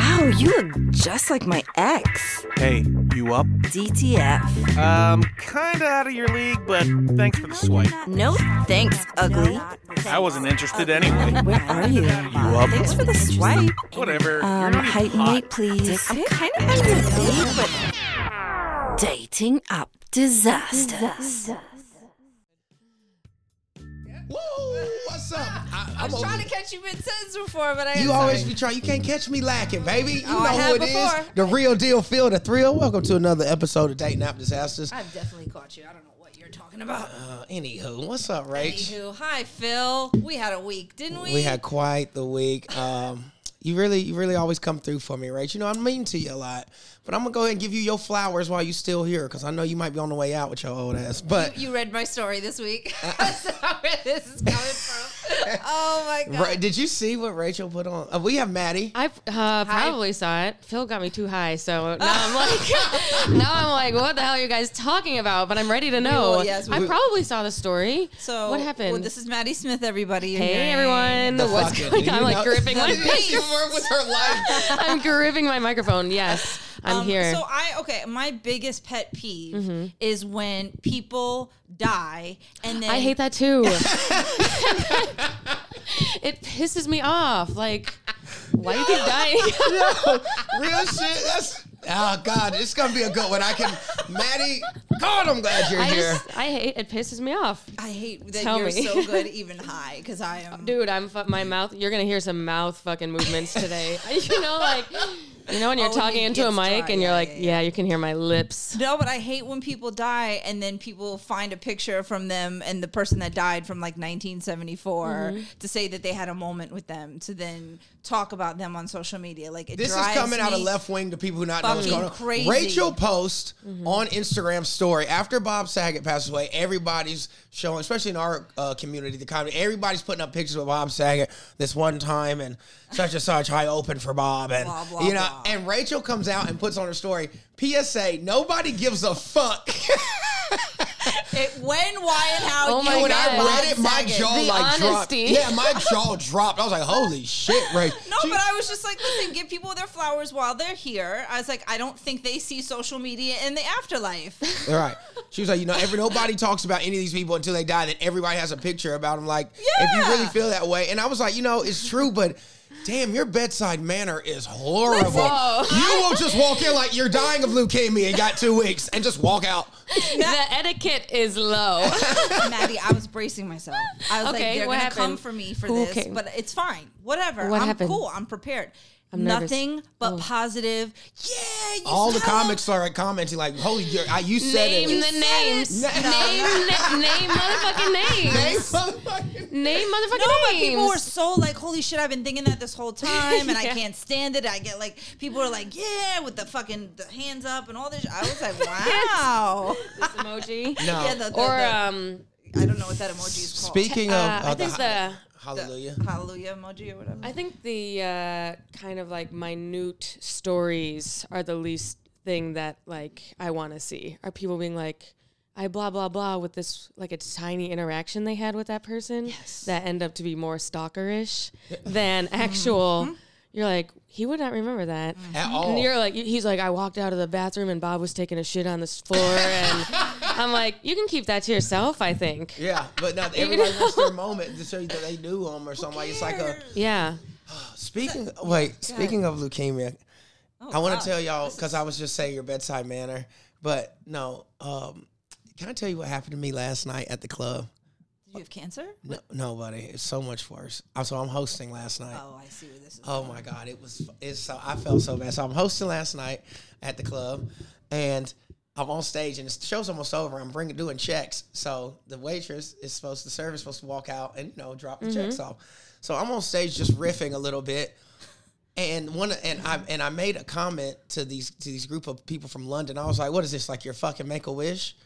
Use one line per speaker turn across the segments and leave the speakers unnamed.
Oh, you look just like my ex.
Hey, you up?
DTF.
Um, kinda out of your league, but thanks for the swipe.
No thanks, ugly.
I wasn't interested anyway.
Where are you? You
up?
Thanks for the swipe.
Whatever. You're
Um,
not even
height and
hot.
weight, please. I'm kind of on a date, but dating up disasters.
Woo! What's up? I,
Ah, I
I'm
was
over-
trying to catch you mid-sentence before, but I
you always be trying. You can't catch me lacking, baby. You
Oh,
know
I
who
have
it is.
before.
The real deal, Phil the thrill. Welcome to another episode of Date Nap Disasters.
I've definitely caught you. I don't know what you're talking about.
Uh, anywho, what's up, Rach?
Anywho, hi Phil. We had a week, didn't we?
We had quite the week. Um, you really, you really always come through for me, Rach. You know I'm mean to you a lot, but I'm gonna go ahead and give you your flowers while you still here, because I know you might be on the way out with your old ass. But
You read my story this week.
Uh,
so where this is coming from? Oh my god!
Ra- did you see what Rachel put on? Uh, we have Maddie.
I uh, probably saw it. Phil got me too high, so now I'm like, now I'm like, what the hell are you guys talking about? But I'm ready to know.
will, yes, we
I
will.
probably saw the story.
So
what happened?
Well, this is Maddie Smith. Everybody. You're
hey
hearing.
everyone,
The
what's
fucking-
going on?
you
I'm like
know-
gripping my
Give
face.
her with her life.
I'm gripping my microphone. Yes, I'm
Um,
here. Mm-hmm.
So I okay. My biggest pet peeve is when people die and then
I hate that too. it pisses me off. Like, why do you keep dying?
Real shit. That's oh god, it's gonna be a good one. I can, Maddie. God, I'm glad you're
I
here.
just, I hate it. Pisses me off.
I hate that
Tell
you're
me.
so good even high because I am.
Dude, I'm fu- my mouth. You're gonna hear some mouth fucking movements today. you know, like you know when you're
Oh, when
talking
it
into a
gets
mic
dry,
and you're
yeah,
like,
yeah,
yeah,
yeah.
you can hear my lips.
No, but I hate when people die and then people find a picture from them and the person that died from like 1974
Mm-hmm.
to say that they had a moment with them to then talk about them on social media. Like it
This is
drives
coming out of
me-
left wing to people who not know what's
fucking
going on.
crazy. Mm-hmm.
Rachel posts on Instagram story after Bob Saget passed away. Everybody's showing, especially in our uh, community, the comedy. Everybody's putting up pictures of Bob Saget this one time and such and such. I opened for Bob and
Blah, blah,
you know.
blah.
And Rachel comes out and puts on her story. PSA: Nobody gives a fuck.
It, when, why, and how.
Oh
you
my
and
when I
God.
read it, my jaw
The
like
honesty.
dropped. Yeah, my jaw dropped. I was like, "Holy shit, Ray!"
No,
She-
but I was just like, listen, give people their flowers while they're here. I was like, I don't think they see social media in the afterlife.
All right. She was like, you know, every nobody talks about any of these people until they die. Then everybody has a picture about them. Like, if you really
Yeah.
feel that way, and I was like, you know, it's true, but. Damn, your bedside manner is horrible.
Whoa.
you will just walk in like you're dying of leukemia and got two weeks and just walk out.
the etiquette is low.
Maddie, I was bracing myself. I was like,
Okay,
they're
what
gonna come
happened?
for me for
Who
this,
came?
but it's fine. Whatever.
What
I'm
happened?
cool. I'm prepared.
nervous. Oh.
Nothing but positive. Yeah, you
All the
said hello.
comics started commenting like, "Holy, you're, I, you said
name
it."
the names.
No.
Name, na- name, motherfucking names. Name, motherfucking
No, but
names.
people were so like, "Holy shit! I've been thinking that this whole time, and I
Yeah.
can't stand it." I get like, people are like, "Yeah," with the fucking the hands up and all this. I was like, "Wow."
This emoji.
No.
Yeah, the, the,
Or
the-
um,
I don't know what that emoji is called.
Speaking of,
uh, I
of
think the
The
hallelujah.
hallelujah emoji or whatever.
I think the uh, kind of like minute stories are the least thing that like I want to see. Are people being like, I blah blah blah with this like a tiny interaction they had with that person that end up to be more stalkerish than
Mm-hmm.
actual. You're like he would not remember that
At all.
And you're like he's like I walked out of the bathroom and Bob was taking a shit on this floor and I'm like you can keep that to yourself. I think.
Yeah, but now everybody wants their moment to show you that they knew them or something. Like, it's like a
Yeah.
Speaking wait, speaking of leukemia, I want
wow.
to tell y'all because I was just saying your bedside manner, but no, um, can I tell you what happened to me last night at the club?
Did you have cancer?
No, nobody. It's so much worse. Uh, So I'm hosting last night.
Oh, I see where this is.
Oh my god, it was it's so I felt so bad. So I'm hosting last night at the club, and I'm on stage, and the show's almost over. I'm bringing doing checks, so the waitress is supposed the server is supposed to walk out and you know drop the checks
Mm-hmm.
off. So I'm on stage just riffing a little bit, and one and I and I made a comment to these to these group of people from London. I was like, "What is this? Like your fucking Make a Wish?"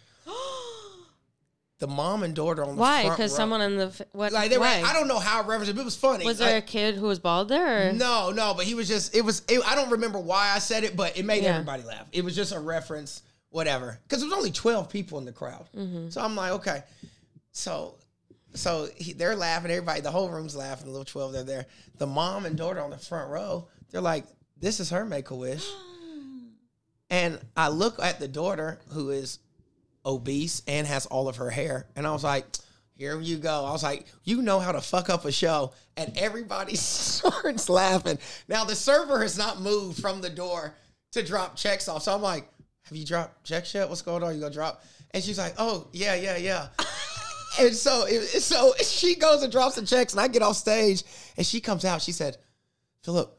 The mom and daughter on the
Why?
front
Because
row-
someone in the f- what?
like they were.
why?
I don't know how I referenced it, but it was funny.
Was there
Like,
a kid who was bald there? Or?
No, no, but he was just. It was. It, I don't remember why I said it, but it made
Yeah.
everybody laugh. It was just a reference, whatever. Because there was only twelve people in the crowd, so I'm like, okay. So, so he, they're laughing. Everybody, the whole room's laughing. The little twelve, they're there. The mom and daughter on the front row. They're like, This is her make a wish. And I look at the daughter who is obese and has all of her hair. And I was like, here you go. I was like, you know how to fuck up a show. And everybody starts laughing. Now, the server has not moved from the door to drop checks off. So I'm like, have you dropped checks yet? What's going on? You gonna drop? And she's like, oh, yeah, yeah, yeah. and so, it, so she goes and drops the checks. And I get off stage and she comes out. She said, Philip,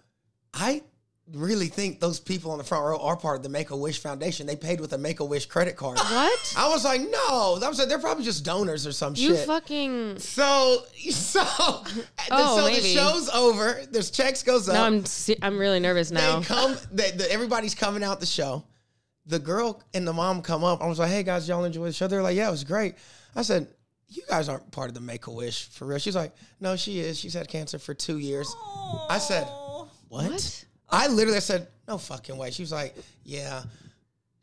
I really think those people on the front row are part of the Make a Wish Foundation. They paid with a Make a Wish credit card.
What?
I was like, no. I was like, they're probably just donors or some
You
Oh, shit.
fucking.
so, so,
Oh,
so the
maybe.
show's over. There's checks goes up.
Now I'm se- I'm really nervous now.
They come. They, the, everybody's coming out the show. The girl and the mom come up. I was like, "Hey guys, y'all enjoy the show?" They're like, "Yeah, it was great." I said, "You guys aren't part of the Make a Wish for real." She's like, "No, she is. She's had cancer for two years." I said, "What?" I literally said, "No fucking way." She was like, "Yeah."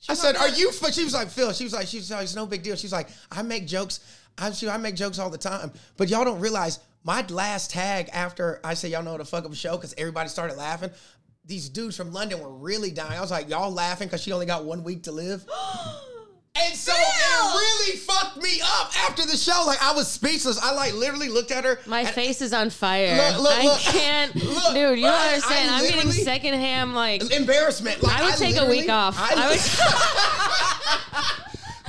I said, "Are you?" fu-" She was like, "Phil." She was like, "She was like, it's no big deal." She's like, "I make jokes. I she, I make jokes all the time, but y'all don't realize my last tag after I said y'all know the fuck up a show because everybody started laughing. These dudes from London were really dying. I was like, y'all laughing because she only got one week to live." And so it really fucked me up after the show. Like I was speechless. I like literally looked at her.
My
and-
face is on fire.
Look, look,
I
look.
can't,
Look,
dude. You
I-
don't understand?
I
I'm getting
literally-
second ham like.
embarrassment. Like,
I would take a
literally-
week off.
I,
I would-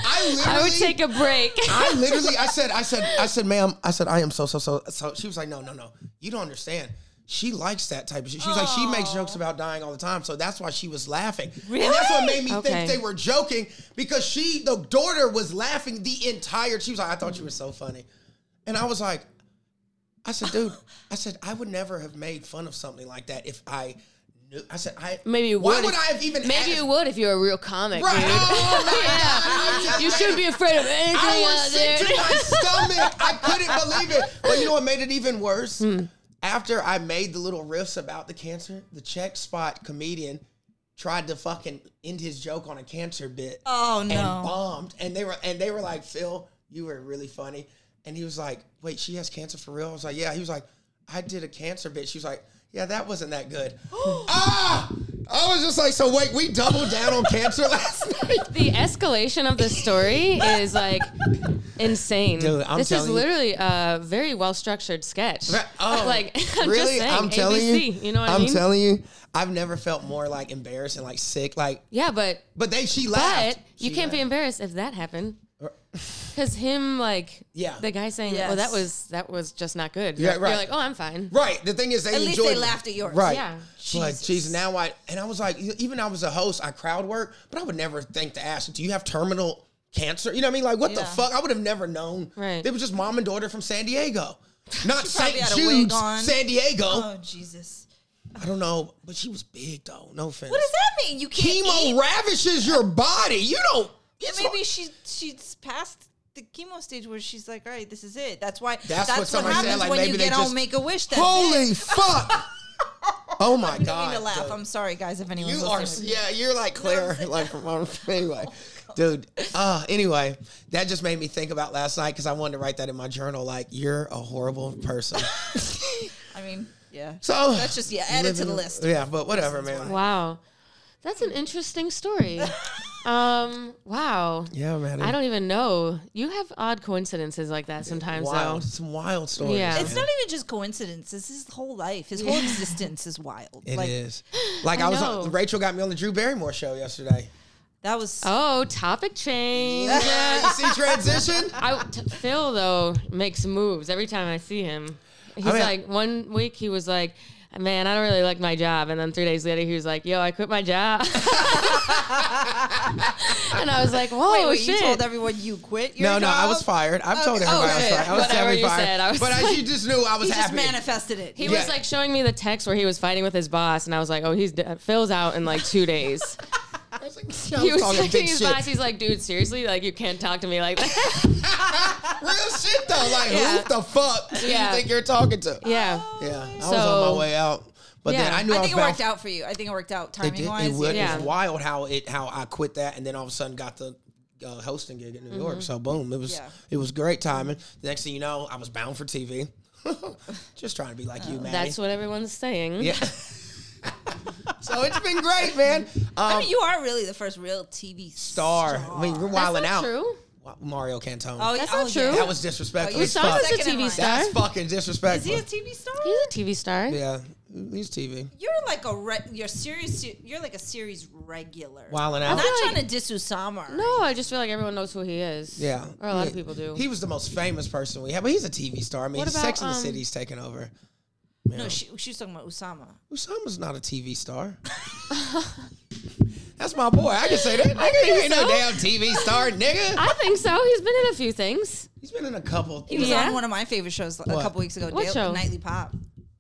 I literally.
I would take a break.
I literally, I said, I said, I said, ma'am, I said, I am so, so, so, so. She was like, no, no, no, you don't understand. She likes that type of shit. She was like, she makes jokes about dying all the time, so that's why she was laughing. And that's what made me
Okay.
think they were joking because she, the daughter, was laughing the entire. She was like, I thought you were so funny, and I was like, I said, dude, I said, I would never have made fun of something like that if I. knew. I said, I
Maybe you
why
would
would
if-
I have even
Maybe
asked-
you would if you're a real comic,
Right.
dude.
Oh, my God. I
yeah,
just-
you shouldn't be afraid of anything
I
out
was
there.
sick to my stomach. I couldn't believe it. But you know what made it even worse? After I made the little riffs about the cancer, the check spot comedian tried to fucking end his joke on a cancer bit
Oh
and
no.
bombed. And they were and they were like, Phil, you were really funny. And he was like, Wait, she has cancer for real? I was like, Yeah. He was like, I did a cancer bit. She was like, Yeah, that wasn't that good. ah! I was just like, so wait, we doubled down on cancer last night.
The escalation of the story is like insane.
Dude, I'm
this is
telling you.
literally a very well structured sketch.
Right. Oh,
like I'm
really?
just saying,
I'm telling
ABC,
you.
you know what I
I'm
mean?
telling you. I've never felt more like embarrassed and like sick. Like,
yeah, but
but they she
but
laughed.
you
She
can't be
laughed.
embarrassed if that happened. Because him, like,
Yeah.
the guy saying,
Yes.
"Oh, that was that was just not good."
Yeah,
You're
right.
like, "Oh, I'm fine."
Right. The thing is, they
At least
enjoyed
they
it.
laughed at yours.
Right.
Yeah.
But geez, now I and I was like, e, even I was a host, I crowd work, but I would never think to ask, do you have terminal cancer? You know what I mean? Like, what the
Yeah.
fuck? I would have never known.
Right.
They were just mom and daughter from San Diego, not St.
probably had a wig
Jude's,
on.
San Diego.
Oh Jesus.
I don't know, but she was big though. No offense.
What does that mean? You can't
Chemo
eat?
ravishes your body. You don't.
Yeah,
it's
maybe she she's past the chemo stage where she's like, all right, this is it. That's why.
That's
That's,
what
what,
somebody said,
happens
like,
when
maybe
you
they
get
just-
on Make a Wish. That's it.
Holy fuck! Oh my
I don't
god!
mean to laugh.
dude.
I'm sorry, guys, if anyone's
you are
listening.
yeah. You're like Claire, like from anyway, dude. Uh, anyway, that just made me think about last night because I wanted to write that in my journal. Like you're a horrible person.
I mean, yeah.
So
That's just yeah. Add it to the list.
Yeah, but whatever, man.
Wow, that's an interesting story. um, wow.
Yeah, man.
I don't even know. You have odd coincidences like that sometimes,
wild.
though.
Some wild stories.
Yeah.
It's not even just coincidence. It's his whole life. His whole existence is wild.
It
like
is. Like I,
I
was.
know.
On, Rachel got me on the Drew Barrymore show yesterday.
that was.
Oh, topic change.
Yeah, you see transition.
I, t- Phil though makes moves every time I see him. He's
mean-
like one week he was like, "Man, I don't really like my job," and then three days later he was like, "Yo, I quit my job." and I was like, "Whoa,
wait, wait,
shit!"
you told everyone you quit your
No, no, I
job?
was fired. I've told
Okay.
everybody I was
Okay.
fired. I was
Whatever
definitely
you
fired.
said, I was
but I,
like-
you just knew I was
He just
happy.
manifested it.
he
He,
was
Yeah.
like showing me the text where he was fighting with his boss, and I was like, "Oh, he's de- Phil's out in like two days."
I was like,
he was
talking
texting
big
his
shit.
boss. He's like, "Dude, seriously, like you can't talk to me like that."
Real shit though. Like
Yeah.
who the fuck do
Yeah.
you think you're talking to?
yeah.
Yeah, I was on
So-
my way out, but then
Yeah.
I knew I,
I
was
think it
bound-
worked out for you. I think it worked out
It, did,
timing
it,
wise.
was,
Yeah.
it was wild how it how I quit that and then all of a sudden got the uh, hosting gig in New
Mm-hmm.
York. So boom, it was
Yeah.
it was great timing. The next thing you know, I was bound for TV.
Uh,
Just trying to be like you, man.
That's what everyone's saying.
yeah. so it's been great, man.
I
Um,
mean, you are really the first real TV
star. I mean, you're wilding
That's
out.
not true.
Wa- Mario Cantone.
Oh,
That's
yeah.
not
oh,
true.
yeah.
That was disrespectful.
Oh, you
as
saw
fuck.
that?
He's a
Second in
TV
line.
star.
That's fucking
Is he
disrespectful.
a TV star?
He's a TV star.
yeah, he's TV.
You're like a re- you're series. You're like a series regular.
Wilding
I'm
out.
not
feel
trying to diss Usama. or
No, I just feel like everyone knows who he is.
Yeah.
Or a lot
Yeah.
of people do.
He was the most famous person we had, but he's a TV star. I mean,
What about,
Sex in the
um,
City's taken over.
No, she, she was talking about Usama.
Usama's not a TV star. That's my boy. I can say that. Nigga, he ain't no
so.
damn TV star, nigga.
I think so. He's been in a few things.
He's been in a couple.
He was
Yeah.
on one of my favorite shows a
What?
couple weeks ago.
What
Daily-
show?
Nightly Pop.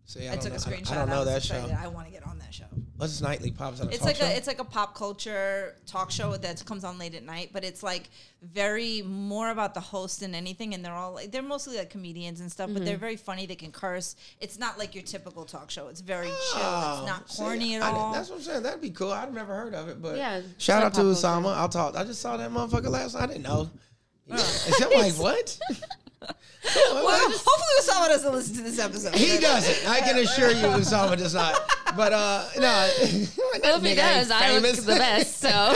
See, I,
I
don't
took a
know- I-
screenshot.
I don't know
was
that
excited.
show.
I want to get on that show.
What's his nightly pops on a
It's
talk
like
show?
a it's like a pop culture talk show that comes on late at night, but it's like very more about the host than anything. And they're all like they're mostly like comedians and stuff, but they're
Mm-hmm.
very funny. They can curse. It's not like your typical talk show. It's very chill.
Oh,
It's not
see,
corny at
I didn't-
all.
that's what I'm saying. That'd be cool. I've never heard of it, but
Yeah,
shout
it's
out to
like pop
Usama.
culture.
I'll talk. I just saw that motherfucker last. night. I didn't know. Is I'm like what?
Oh,
Well, hopefully Usama doesn't listen to this episode.
He doesn't. I can assure you, Usama does not. But uh, no.
Well, if he does, I look the best. So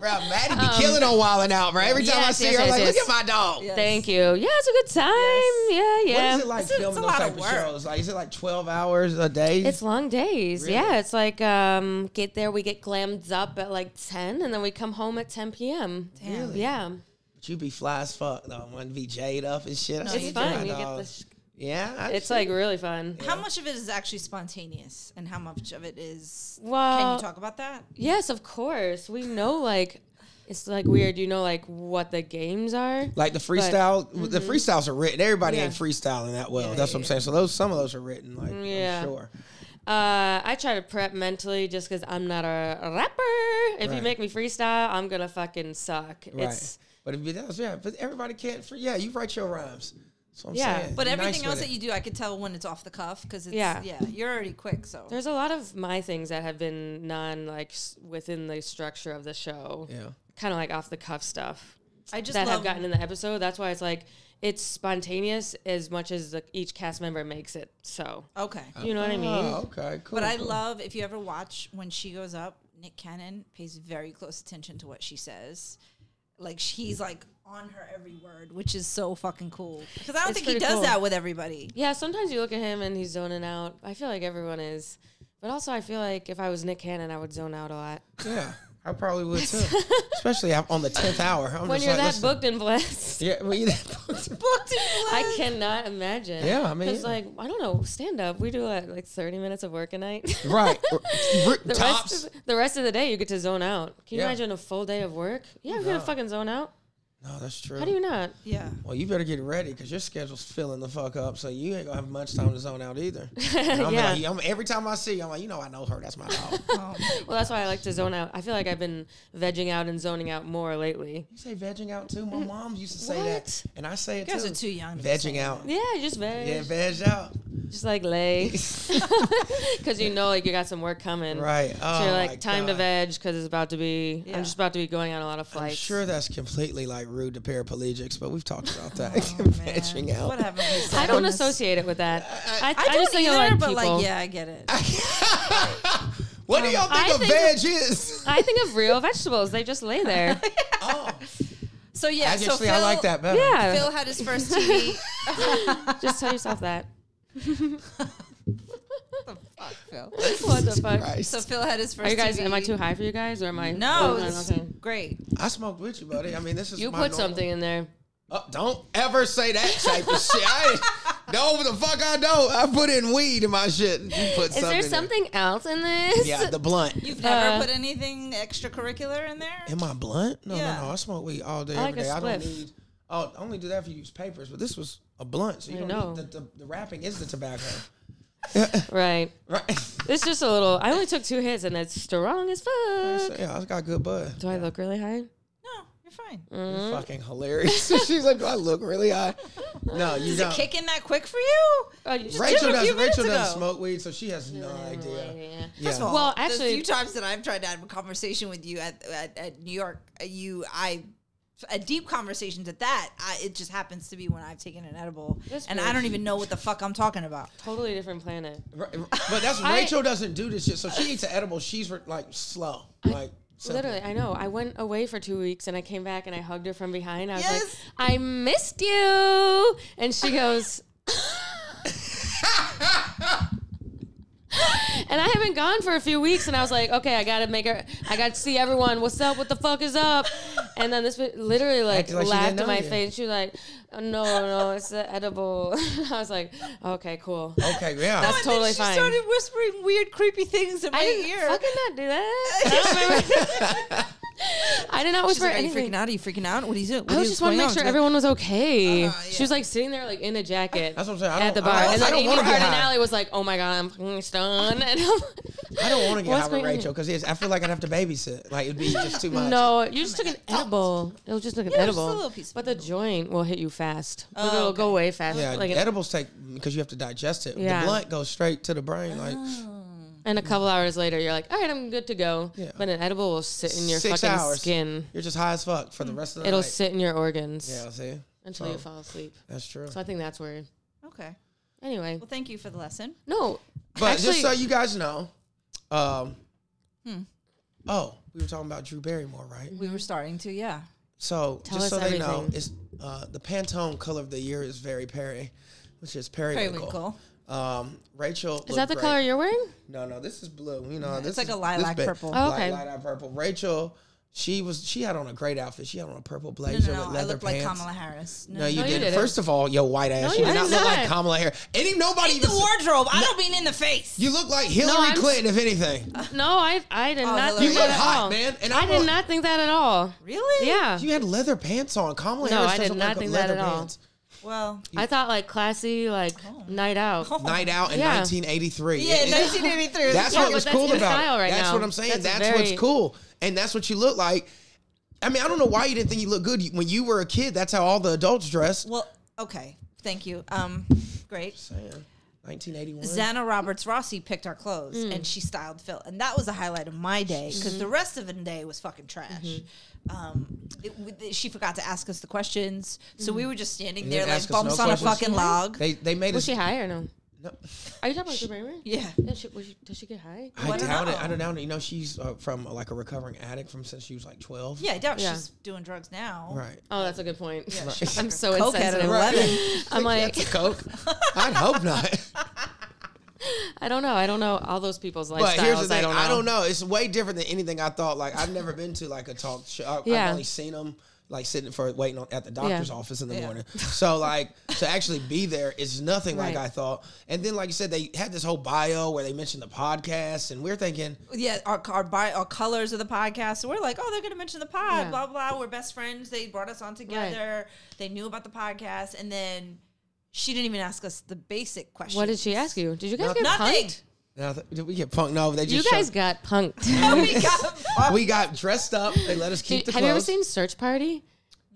Bro, Maddie be killing on Wildin' Out, bro. Every time I
yes,
see
yes,
her, I'm
yes,
like, look
yes.
at my dog.
Yes.
thank you. Yeah, it's a good time. Yeah, yeah.
What is it like
It's a- it's a
filming those
lot
type
of
of
work.
shows? Like, is it like 12 hours a day?
It's long days. Yeah, it's like um, get there, we get glammed up at like ten, and then we come home at ten p.m.
Really?
Yeah,
But you be fly as fuck, though. One be jade up and shit.
No,
I
it's
see
you
fun.
my
You get
dog.
the sh-
yeah. I
it's
see.
like really fun.
How much of it is actually spontaneous, and how much of it is? can
Well-
you talk about that?
Yes, of course. We know like it's like weird. You know like what the games are.
Like the freestyle, the
mm-hmm.
freestyles are written. Everybody ain't freestyling that well. That's what I'm saying. So those, some of those are written, like
Yeah.
I'm sure.
Uh, I try to prep mentally just because I'm not a rapper. If you
Right.
make me freestyle, I'm gonna fucking suck.
Right.
It's
but if it does, yeah. But everybody can't. Free, yeah, you write your rhymes. That's what I'm
Yeah.
saying.
But
Be
everything
nice
else
with
that
it.
you do, I could tell when it's off the cuff because it's yeah.
Yeah.
you're already quick. So
there's a lot of my things that have been non like s- within the structure of the show.
Yeah.
kind of like off the cuff stuff
I just
that
love
have gotten in the episode. That's why it's like it's spontaneous as much as like each cast member makes it. So
okay.
you know what I mean?
Oh, okay, cool.
But I
cool.
love if you ever watch when she goes up, Nick Cannon pays very close attention to what she says. Like he's like on her every word, which is so fucking cool. Because I don't
It's
think he
pretty
does
cool.
that with everybody.
Yeah. Sometimes you look at him and he's zoning out. I feel like everyone is, but also I feel like if I was Nick Cannon, I would zone out a lot.
Yeah, I probably would too. Especially on the tenth hour. I'm
when
just
you're
like,
that
listen.
booked and blessed.
Yeah, well, you that booked.
Booked
I cannot imagine.
Yeah, I mean,
because
yeah.
like I don't know, stand up. We do what, like thirty minutes of work a night.
right. R-
the
Tops.
rest, of, the rest of the day, you get to zone out. Can you
Yeah.
imagine a full day of work? Yeah, I'm gonna fucking zone out.
No, that's true.
How do you not?
Yeah.
well, you better get ready because your schedule's filling the fuck up, so you ain't gonna have much time to zone out either. And I'm
Yeah.
like, I'm, every time I see you, I'm like, you know, I know her. That's my dog. you
Well, that's why I like to zone out. I feel like I've been vegging out and zoning out more lately.
say vegging out too. My mom used to say that, and I say it
You guys
too.
are too young to be saying
vegging
that.
out.
Yeah, just veg,
Yeah, veg out.
just like lay, because you know, like you got some work coming.
Right. Oh,
So you're
my
like time to
God.
veg because it's about to be.
Yeah.
I'm just about to be going on a lot of
I'm
flights.
sure that's completely like rude to paraplegics, but we've talked about that.
Oh, Man,
vegging out.
What haven't we said
I
on
don't
this?
associate it with that. I,
I, don't
just think
either,
of like
but
people.
like yeah, I get it.
What do
Um,
y'all think
I
a
think-
veg is?
I think of real vegetables. They just lay there.
Oh,
So yeah,
actually,
so Phil,
I like that better.
yeah.
Phil had his first TV.
just tell yourself that.
Fuck Phil.
What the fuck?
Christ.
So Phil had his first.
Are you guys?
TV.
Am I too high for you guys, or am I?
No,
Oh,
it's
okay.
great.
I smoked with you, buddy. I mean, this is
You
my
put
normal-
something in there.
Oh, don't ever say that type of shit. I ain't- no, the fuck I don't. I put in weed in my shit. You put
Is
something.
there
in.
something else in this?
Yeah, the blunt.
You've never
Uh,
put anything extracurricular in there.
Am I blunt? No,
Yeah.
no, no. I smoke weed all day,
I
every
like
day.
a
I don't
spliff.
need. Oh, I only do that if you use papers. But this was a blunt, so you
I
don't
know.
Need, the, the, the wrapping is the tobacco,
right.
right?
It's just a little. I only took two hits, and it's strong as fuck.
So, yeah, I got good bud.
Do I look really high?
No, you're fine.
Mm.
You're
Mm-hmm.
fucking hilarious. She's like, do I look really high? No, you don't.
Kicking that quick for you?
Oh, you just
Rachel
did it a few
doesn't. Rachel
minutes
doesn't
ago.
smoke weed, so she has no idea.
Yeah.
Yeah.
Well,
Well,
the
actually-
few times that I've tried to have a conversation with you at at, at New York, uh, you I a deep conversations at that. I, it just happens to be when I've taken an edible,
That's
and I
weird.
don't even know what the fuck I'm talking about.
Totally different planet.
R- r- But that's
I-
Rachel doesn't do this shit. So she eats an edible. She's re- like slow. Like simple.
Literally, I know. I went away for two weeks and I came back and I hugged her from behind. I was
Yes.
like, I missed you. And she goes, And I haven't gone for a few weeks, and I was like, okay, I gotta make her, I gotta see everyone. What's up? What the fuck is up? And then this bitch literally like
Acted like she didn't
laughed
know
in my
you.
face. She was like, no, no, it's the edible. I was like, okay, cool.
Okay, yeah.
That's
And then
totally
she
fine.
started whispering weird, creepy things in my
I didn't
ear.
fucking not do that. I don't remember. I did not
She's
whisper
like, "Are you
anything.
freaking out? Are you freaking out? What are you doing? What
I
are
was
you-
just want to
what's going
make sure
on?"
everyone was okay.
Uh-huh, yeah.
She was like sitting there like in a jacket.
That's what I'm saying. I
at
don't-
the
I
bar,
don't-
and
I
like
don't
Amy
wanna get
Hardin
high.
Alley was like, "Oh my god, I'm fucking stoned." And I'm
I don't want to get high
What's
with
going on?
Rachel because I feel like I'd have to babysit. Like it'd be just too much.
No, you just took an edible. It was just like an
Yeah, just a
edible.
little piece of
but the joint will hit you fast.
Oh,
it'll go
okay.
away fast.
Yeah,
like an,
edibles take because you have to digest it.
Yeah. Oh.
The blunt goes straight to the brain. Like
and a couple hours later, you're like, "All right, I'm good to go."
Yeah.
But an edible will sit in your
six
fucking
hours,
skin. Mm.
You're just high as fuck for the rest of the
It'll
night.
sit in your organs
yeah, see,
until
So,
you fall asleep.
That's true.
So I think that's weird.
Okay.
Anyway,
Well, thank you for the lesson.
no.
But
actually,
just so you guys know, um, oh, we were talking about Drew Barrymore, right?
We were starting to, yeah.
So
Tell
just so
us
they know,
everything.
it's uh, the Pantone color of the year is very Perry, which is periwinkle.
Periwinkle.
Um, Rachel
is
looked
that the
great.
color you're wearing?
No, no, this is blue. You know, this
like
is,
a lilac
this ba-
purple.
Oh,
Li-
okay.
lilac purple. Rachel, she was she had on a great outfit. She had on a purple
No,
blazer
no,
with
no. I
leather
looked like
pants.
Kamala Harris.
No, you
No, you
didn't.
didn't.
First of all, yo, white ass,
No,
you
you
did not
did
look like
not.
Kamala Harris. Any nobody
Ain't the
even.
wardrobe. I don't mean in the face.
You look like Hillary
I'm-
Clinton, if anything.
No, I I did
Oh,
not
Hillary.
think
You
that
look
at
hot,
all.
man, and
I
I'm
did
a-
not think that at all.
really?
Yeah.
You had leather pants on. Kamala
No,
Harris
I did
doesn't look
not
like
think that
leather
at all.
pants.
Well,
I thought like classy, like night out.
Oh.
Night out in
Yeah.
1983.
yeah,
It- it-
1983. was
That's
Yeah,
what
but
was
that's
cool
in
about
style
it.
right
that's
now.
what I'm saying.
That's
That's,
very-
what's cool, and that's what you look like. I mean, I don't know why you didn't think you looked good when you were a kid. That's how all the adults dressed.
Well, okay. Thank you. Um, great.
Saying, 1981.
Zana Roberts Rossi picked our clothes
Mm.
and she styled Phil. And that was the highlight of my day
Mm-hmm.
because the rest of the day was fucking trash. Um, it- w- th- she forgot to ask us the questions.
Mm.
So we were just standing
They
there
didn't
like
ask us no
bumps on a
questions.
fucking log.
They they made
Was
us.
she high or no?
No.
Are you talking about Drew Barrymore?
yeah.
Yeah, she, was she, did she get high?
I
I don't
doubt
know.
it. I don't doubt it. You know, she's uh, from uh, like a recovering addict from since she was like 12.
Yeah, I doubt
Yeah.
she's doing drugs now.
Right.
Oh, that's a good point.
she
I'm
took
so
her coke at
insensitive.
11.
I'm like,
That's a Coke. I'd hope not.
I don't know. I don't know all those people's lifestyles.
But here's the thing.
I don't know.
It's way different than anything I thought. Like, I've never been to like a talk show. I-
Yeah.
I've only seen them like sitting for waiting on, at the doctor's
Yeah.
office in the
Yeah.
morning. So, like, to actually be there is nothing like
Right.
I thought. And then, like you said, they had this whole bio where they mentioned the podcast, and we're thinking,
yeah, our our, bi- our colors of the podcast. So we're like, oh, they're going to mention the pod,
Yeah.
blah blah. We're best friends. They brought us on together. They knew about the podcast, and then she didn't even ask us the basic question.
What did she ask you? Did you guys get
Nothing.
punked?
now, th- did we get punked? No, they
You
just
guys
showed-
got punked.
we got fucked.
we got dressed up. They let us keep
Did-
the
have you ever
clothes.
seen Search Party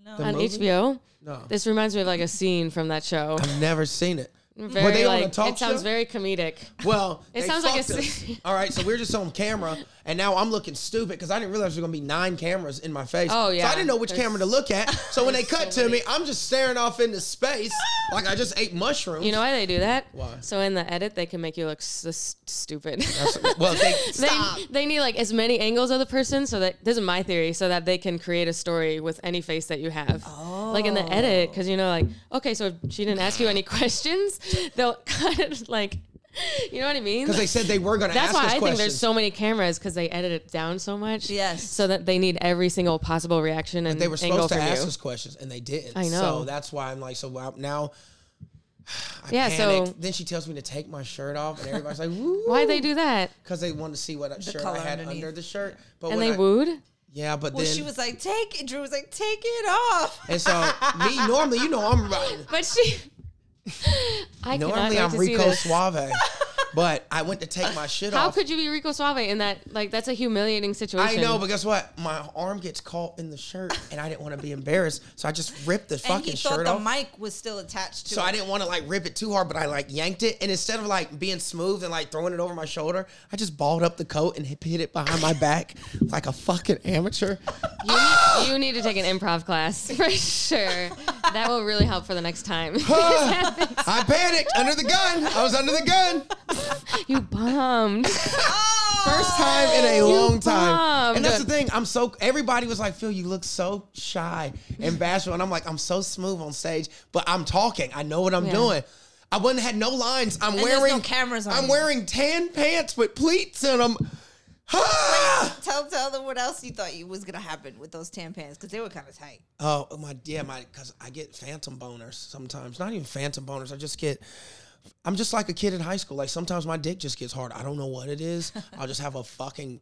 No.
The
on
movie?
HBO?
No.
This reminds me of like a scene from that show.
I've never seen it.
Very,
Were they
like,
on a talk
it sounds
show?
very comedic.
Well,
It
they
sounds like
fucked
a
us.
scene.
All right, so we're just on camera, and now I'm looking stupid because I didn't realize there's gonna be nine cameras in my face.
Oh, yeah.
so I didn't know which
There's-
camera to look at. So when they cut
so
to
many.
me, I'm just staring off into space like I just ate mushrooms.
You know why they do that?
Why?
So in the edit, they can make you look s- s- stupid.
well, they,
They, they need like as many angles of the person so that this is my theory so that they can create a story with any face that you have like in the edit because you know like okay so if she didn't ask you any questions they'll kind of like you know what i mean
because they said they were gonna ask
that's why i
us
think
questions.
there's so many cameras because they edit it down so much
Yes.
so that they need every single possible reaction and
they were
angle
supposed to
from
ask
you
us questions and they didn't.
I know.
So that's why I'm like, so wow, now. I
Yeah,
panicked.
so-
then she tells me to take my shirt off, and everybody's like, "Woo!"
why they do that
Because they wanted to see what shirt I
color
had
underneath.
under the shirt. But
and
when
they
I-
wooed
yeah, but
Well,
then
she was like, take it. Drew was like, take it off.
And so me normally, you know, I'm
but she i cannot
normally
wait
I'm
to see
Rico
this.
Suave, But I went to take my shit
How
off.
could you be Rico Suave in that? Like, that's a humiliating
I
situation.
know, but guess what? My arm gets caught in the shirt, and I didn't want to be embarrassed, so I just ripped the
and
fucking
he thought
shirt
the
off.
mic was still attached to
so
it.
I didn't want to like rip it too hard, but I like yanked it, and instead of like being smooth and like throwing it over my shoulder, I just balled up the coat and hit hit it behind my back like a fucking amateur.
you, you need to take an improv class for sure. That will really help for the next time.
I panicked under the gun. I was under the gun.
you bummed.
Oh!
First time in a long time. And that's the thing.
bummed.
I'm so everybody was like, Phil, you look so shy and bashful. And I'm like, I'm so smooth on stage, but I'm talking. I know what I'm
Yeah.
doing. I wouldn't had no lines. I'm
there's
wearing
no cameras on
I'm
you.
wearing tan pants with pleats in them. Ah!
tell tell them what else you thought you was gonna happen with those tan pants because they were kind of tight.
Oh my yeah, my because I get phantom boners sometimes. Not even phantom boners. I just get. I'm just like a kid in high school. Like sometimes my dick just gets hard. I don't know what it is. I'll just have a fucking,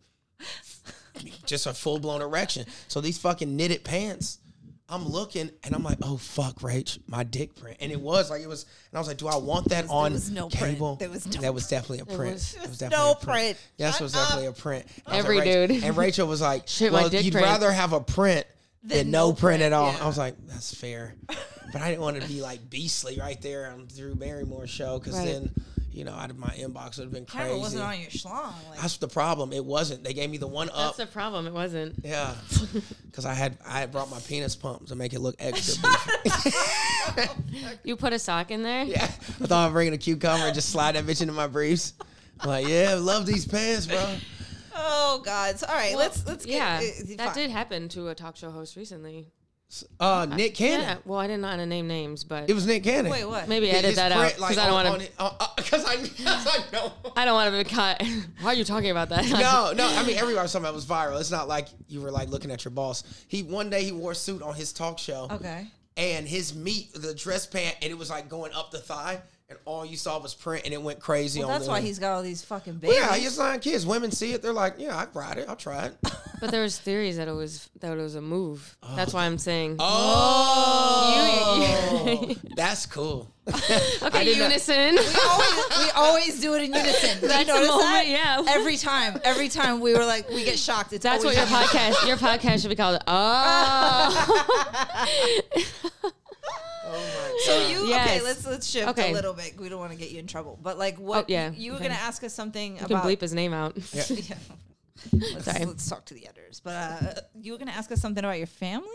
just a full blown erection. So these fucking knitted pants. I'm looking and I'm like, oh fuck, Rach, my dick print, and it was like it was, and I was like, do I want that on
was no print.
cable?
There was no
that was definitely a print.
was-
It was definitely
no
a
print.
Yes,
Shut
it was definitely a print. And I was
Every
like, Rach-
dude.
And Rachel was like,
Shit, my
well,
dick
you'd
print.
rather have a print than,
Than
no
no
print,
print,
at all.
yeah.
I was like, that's fair. But I didn't want to be like beastly right there on Drew Barrymore's show because
Right.
then, you know, out of my inbox would have been
Camera
crazy.
wasn't on your schlong. Like,
That's the problem. It wasn't. They gave me the one up.
That's the problem. It wasn't.
Uh, yeah, because I had I had brought my penis pump to make it look extra. beefy.
You put a sock in there.
yeah, I thought I'm bringing a cucumber and just slide that bitch into my briefs. I'm like, yeah, love these pants, bro.
oh God! So, all right, let's let's get
Yeah,
uh,
that
fine.
did happen to a talk show host recently.
Uh, Nick Cannon.
Yeah. Well, I didn't want to name names, but
It was Nick Cannon.
Wait, what?
maybe edit that out because I don't want to.
Because I, uh, 'cause I know.
I don't want to be caught. Why are you talking about that?
No, no. I mean, everybody was talking about it was viral. It's not like you were like looking at your boss. He one day he wore a suit on his talk show.
Okay.
And his meat, the dress pant, and it was like going up the thigh, and all you saw was print, and it went crazy
Well,
on.
that's
the,
why he's got all these fucking babies.
Yeah, he's lying. Kids, women see it, they're like, yeah, I ride it, I'll try it.
But there was theories that it was that it was a move. That's why I'm saying.
Oh, that's cool.
okay, unison.
always, we always do it in unison. Did you
That's a
notice
moment,
that?
yeah.
Every time, every time we were like, we get shocked. It's
That's what
always
your podcast. Your podcast should be called. Oh.
So you okay?
Yes.
Let's let's shift
Okay.
a little bit. We don't want to get you in trouble, but like what?
Oh, yeah.
You were
Okay.
gonna ask us something
You can
about.
bleep his name out.
Yeah. Let's,
Sorry.
let's talk to the editors. But uh, you were gonna ask us something about your family.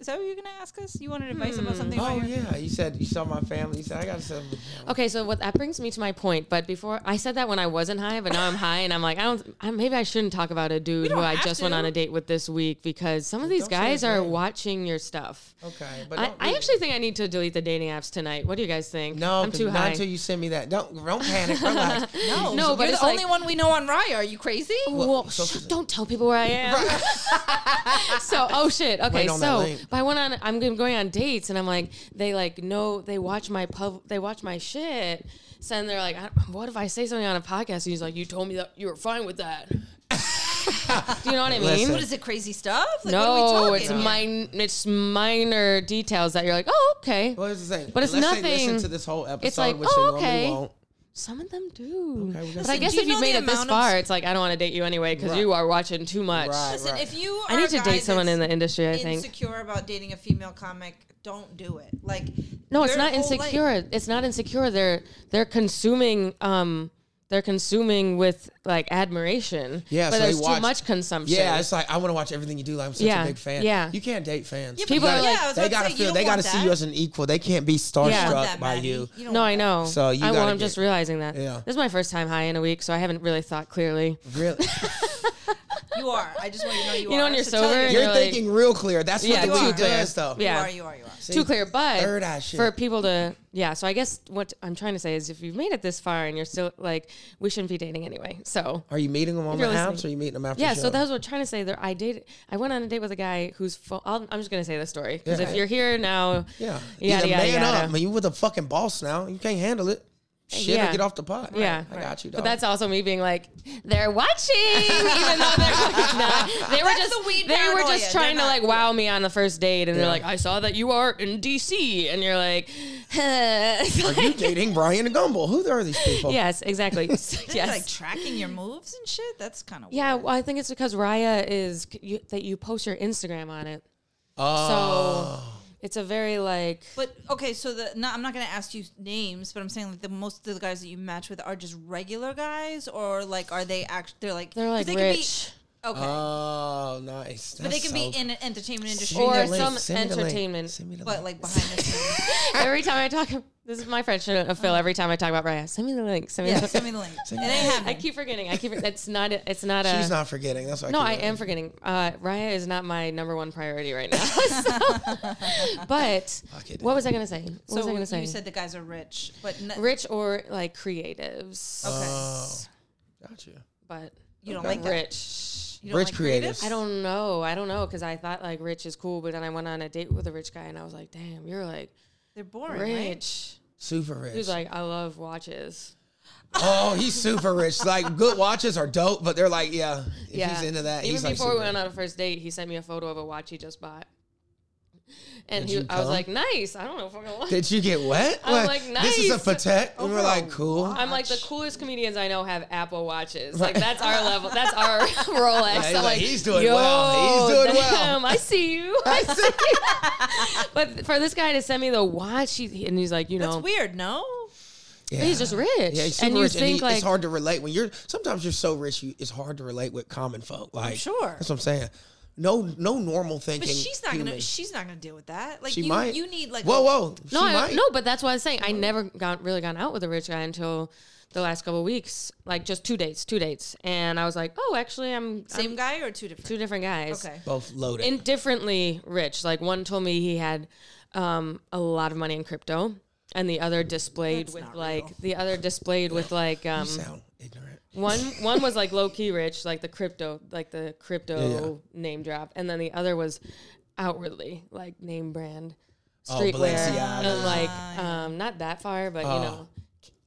Is that what you're gonna ask us? You wanted advice about something? about
Oh
your-
yeah, you said you saw my family. You said I got some.
Okay, so what that brings me to my point. But before I said that when I wasn't high, but now I'm high, and I'm like, I don't. I, maybe I shouldn't talk about a dude who
don't
I
have
just went
to.
on a date with this week because some of these
don't say his
guys are
name.
watching your stuff.
Okay, but
I,
don't
I
do-
actually think I need to delete the dating apps tonight. What do you guys think?
No,
I'm
'cause
too
not
high.
until you send me that. Don't don't panic. Relax.
No,
No, but
you're
it's
the only
like-
one we know on Rye. Are you crazy?
well,
so-
shh, don't tell people where I am. so, oh shit. Okay,
Wait on that
so
link.
but I went on. I'm g- going on dates, and I'm like, they like know they watch my pub, they watch my shit. So then they're like, I, what if I say something on a podcast? And he's like, you told me that you were fine with that. do you know what I mean?
Listen.
What is it? Crazy stuff? Like, what are we
no,
talking
it's
about?
min- it's minor details that you're like, oh okay.
Well, here's the thing.
But it's
Unless They
nothing-
listen to this whole episode,
like,
which
oh,
they
okay.
normally won't.
Some of them do.
we got
but
some.
I guess
do you
if you've
know
made
the
it this
amount of-
far, it's like I don't want to date you anyway because
Right.
you are watching too much.
Right,
Listen,
right.
if you are
I need to
a guy
date someone
that's
in the industry. I think
insecure about dating a female comic, don't do it. Like
no, it's
your
not
whole life-
insecure. It's not insecure. They're they're consuming. Um, they're consuming with like admiration.
Yeah,
but
so they
there's
watch-
too much consumption.
Yeah, it's like I want to watch everything you do. Like, I'm such
Yeah,
a big fan.
yeah.
you can't date fans.
Yeah, but
People
you-
are like-
yeah, I was
they
about to
gotta
say, you
feel.
don't
They gotta
want
see you
that.
as an equal. They can't be
Yeah.
want
starstruck
that,
by
Maddie.
you.
You don't
no,
want that.
I know.
So you
I
gotta
well, I'm
get-
just realizing that.
Yeah.
This is my first time high in a week, so I haven't really thought clearly.
Really,
You are. I just want you to know you,
You
are.
know when you're
So tell
sober
your-
and
you're
You're like-
thinking real clear. That's
Yeah,
what the
too
weed
clear.
does, though.
Yeah.
You are. You are. You are.
See?
too clear, but
third eye shit.
for people to yeah. So I guess what I'm trying to say is, if you've made it this far and you're still like, we shouldn't be dating anyway. So
Are you meeting them on
you're
the house, or
listening.
are you meeting them after?
yeah.
the
So
show?
that's what I'm trying to say. There, I dated. I went on a date with a guy who's. Full, I'll, I'm just gonna say the story because
Yeah.
if you're here now,
yeah.
Yada,
Either
yada,
man
yada.
up. I mean, you with a fucking boss now. You can't handle it. Shit, or
Yeah.
get off the pot.
Yeah,
I got you. Dog.
But that's also me being like, they're watching, even though they're like not. They were
That's
just
the weed
they were
paranoia.
just trying
They're
to
not-
like wow me on the first date, and
Yeah.
they're like, I saw that you are in D.C., and you're like,
Are you dating Brian Gumble? Who are these people?
yes, exactly. yes.
oh. They're, like tracking your moves and shit. That's kind of
yeah, well, I think it's because Raya is you, that you post your Instagram on it.
Oh.
So it's a very like
But okay, so the no, I'm not gonna ask you names, but I'm saying like the most of the guys that you match with are just regular guys, or like are they act? They're like
they're
'cause
like
they could be-
rich
okay,
Oh, nice.
but they
That's
can be
so-
in an entertainment industry,
Send me the
or
link.
some
Send me the link.
entertainment.
Send me the
but
link.
like behind the scenes.
every time I talk. This is my friend Shannon, Phil. Every time I talk about Raya, send me the link. Send me
Uh-huh. Yeah,
the
send me the link. It ain't
I
happening.
keep forgetting. I keep. It's not. A, it's not a.
She's not forgetting. That's why.
No,
keep
I
looking.
am forgetting. Uh, Raya is not my number one priority right now. So- but
it.
what was I gonna say? What was I
So
gonna say?
you said the guys are rich, but n-
rich or like creatives.
Okay.
Oh. Got you.
But
You don't like that.
rich.
You don't
Rich
like
creatives.
I don't know. I don't know because I thought like rich is cool, but then I went on a date with a rich guy and I was like, damn, you're like
They're boring, right?
rich.
Super
He
rich.
was like, I love watches.
oh, he's super rich. Like good watches are dope, but they're like, yeah. If
yeah.
he's into that,
Even
he's like
before we
super-
went on a first date, he sent me a photo of a watch he just bought. And
Did
he,
you
I was
come?
like, nice. I don't know if I'm gonna like
Did you get wet?
I'm like,
This is a
nice. Oh,
patek. And we're
Overall,
like, cool.
I'm like the coolest comedians I know have Apple watches. Like that's our level. That's our Rolex.
he's
I'm
like,
like,
"He's doing well. He's
"Yo,
doing well."
damn, I see you. I see you. but for this guy to send me the watch, he, and he's like, you
That's
know,
weird, no?
Yeah.
he's just rich.
Yeah, he's super
and you
rich, and
think
he-
like,
it's hard to relate when you're. Sometimes you're so rich, you, it's hard to relate with common folk. Like,
sure.
that's what I'm saying. No, no normal thinking.
But she's not
human.
gonna. She's not gonna deal with that. Like
She
you,
might.
you need like
Whoa,
a-
whoa.
no,
she
I-
might.
no. But that's what I was saying. I never got really gone out with a rich guy until the last couple of weeks. Like just two dates, two dates, and I was like, oh, actually, I'm
Same
I'm
guy or two different?
two different guys.
Okay.
Both loaded.
indifferently rich. Like one told me he had um, a lot of money in crypto, and the other displayed
That's
with
not
like
real.
the other displayed with like um,
sound ignorant.
one one was like low key rich, like the crypto, like the crypto
Yeah, yeah.
name drop, and then the other was outwardly like name brand
Oh,
streetwear
Balenciaga. Oh.
and like
Ah,
um, not that far, but you know.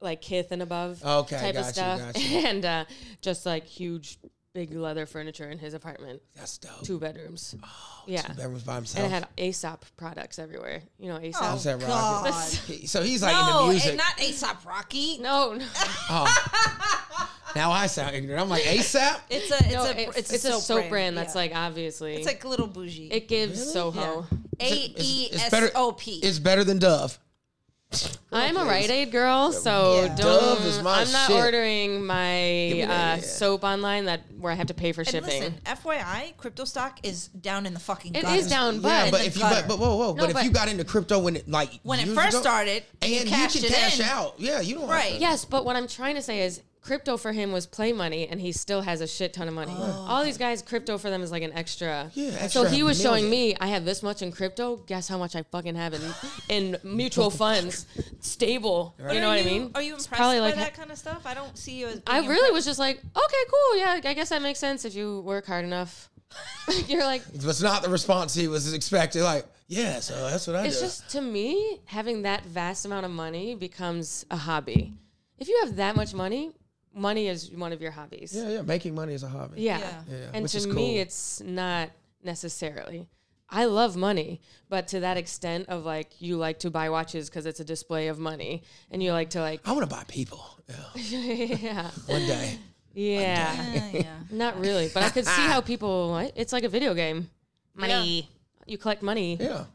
Like Kith and above,
Okay,
type
got
of
you,
stuff,
got you.
and uh, just like huge, big leather furniture in his apartment,
That's dope.
two bedrooms.
Oh,
yeah,
Everyone's by
and
himself.
it had Aesop products everywhere. You know Aesop.
Is that
God.
Rocky? He- So he's like
No,
into music.
and not ASAP Rocky.
No, no,
Oh. now I sound ignorant. I'm like ASAP.
It's a it's
no,
a
it's, it's, a soap, brand, that's
yeah.
like obviously
it's like a little bougie.
it gives Soho.
A E
It's
S
better.
O P.
It's better than Dove.
I'm a Rite Aid girl, so
Yeah.
don't.
Dove is my
I'm not
shit.
ordering my
me
uh,
that, yeah.
soap online that where I have to pay for
And
shipping.
listen, FYI, crypto stock is down in the fucking.
It
gutter.
is down,
Yeah,
but,
but
the
if you but,
gutter.
but whoa whoa,
No,
but, if
but-
you got into crypto when it like
When it
years
first
ago-
started,
and
you
you,
cashed
can
it
cash
in.
out. Yeah, you don't
Right.
Have to.
yes, but what I'm trying to say is crypto for him was play money, and he still has a shit ton of money. All these guys, crypto for them is like an extra.
Oh. Yeah,
so
extra
he was showing
million.
me I have this much in crypto. Guess how much I fucking have in in mutual funds, stable. You know
Are
what I mean?
Are you
It's
impressed
probably
by
like
that kind of stuff? I don't see you as.
I
being
really was just like, okay, cool, yeah, I guess that makes sense if you work hard enough. You're like,
That's not the response he was expecting. Like, yeah, so that's what I
it's
do.
just to me having that vast amount of money becomes a hobby. If you have that much money, money is one of your hobbies.
yeah, yeah, making money is a hobby.
Yeah.
Yeah.
Yeah,
And
which
to
is
me,
cool.
it's not necessarily. I love money, but to that extent of like you like to buy watches because it's a display of money, and you like to like,
I want to buy people. Yeah,
yeah,
one day.
yeah,
Yeah, yeah.
not really. But I could see how people. It's like a video game. Money. You collect money.
Yeah,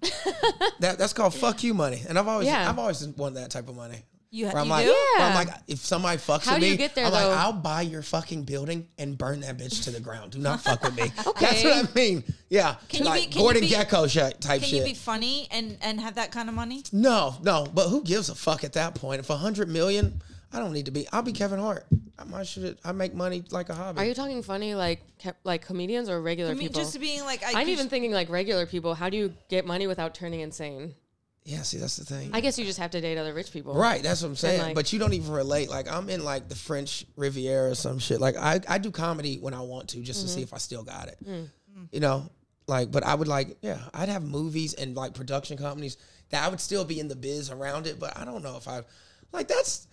that that's called fuck you money. And I've always
Yeah.
I've always wanted that type of money.
You ha-
Where I'm
you
like,
do?
where I'm
Yeah.
like, if somebody fucks
How
with
do you
me,
get there,
I'm
though?
like, I'll buy your fucking building and burn that bitch to the ground. Do not fuck with me. That's what I mean. Yeah,
Can you
like
be- can you
Gordon
be-
Gecko shit type
Can
shit.
you be funny and and have that kind of money?
No, no, but who gives a fuck at that point? If a hundred million, I don't need to be. I'll be Kevin Hart. I might should. I make money like a hobby.
Are you talking funny like ca- like comedians or regular
I mean,
people?
just being like, I
I'm
could-
even thinking like regular people. How do you get money without turning insane?
yeah, see, that's the thing.
I guess you just have to date other rich people.
right, that's what I'm saying.
like-
but you don't even relate. Like I'm in like the French Riviera or some shit. Like I, I do comedy when I want to, just to
Mm-hmm.
see if I still got it.
Mm.
You know, like but I would like yeah, I'd have movies and like production companies that I would still be in the biz around it. But I don't know if I like that's.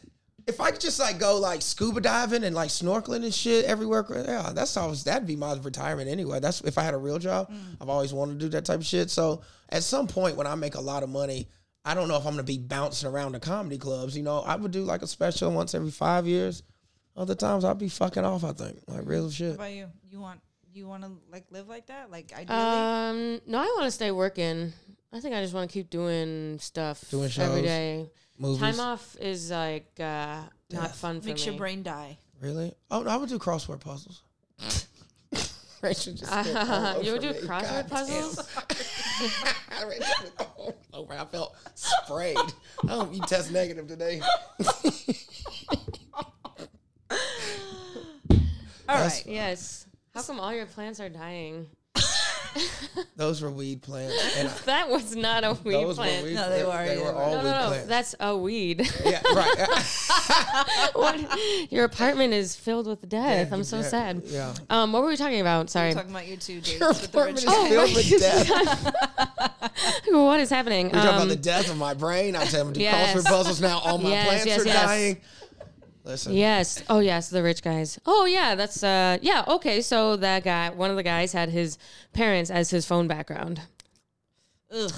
If I could just like go like scuba diving and like snorkeling and shit everywhere, yeah, that's always that'd be my retirement anyway. That's
Mm.
if I had a real job, I've always wanted to do that type of shit. So at some point when I make a lot of money, I don't know if I'm gonna be bouncing around the comedy clubs. You know, I would do like a special once every five years. Other times I'd be fucking off. I think like real shit.
What about you? You want you want to like live like that? Like ideally,
Um, no, I want to stay working. I think I just want to keep doing stuff
Doing
every
shows,
day.
Movies.
Time off is like uh, not fun for
makes
me.
your brain die.
Really? Oh, no, I would do crossword puzzles. Rachel just spit all
you would
over
do
me. Goddamn.
crossword puzzles?
Rachel went all over. I felt sprayed. I hope you test negative today.
All
That's-
right.
Yes. How come all your plants are dying?
Those were weed plants. And I,
That was not a weed
those
plant.
were weed
No, they
plants.
were,
They
yeah,
were
they
all
no,
weed
no, no.
plants.
That's a weed.
yeah, right.
What- your apartment is filled with death. I'm so
yeah,
sad.
yeah.
Um, what were we talking about? Sorry.
Talking about you two dates
Your
with the
apartment
rich
is
guy.
filled with death. We're
what is happening?
talking about
Um,
the death of my brain. I'm telling you,
yes.
crossword puzzles now. All my
Yes,
plants
yes,
are
yes.
dying. Listen,
Yes. Oh, yes. The rich guys. Oh, yeah. That's uh. Yeah. Okay. So that guy, one of the guys, had his parents as his phone background.
Ugh.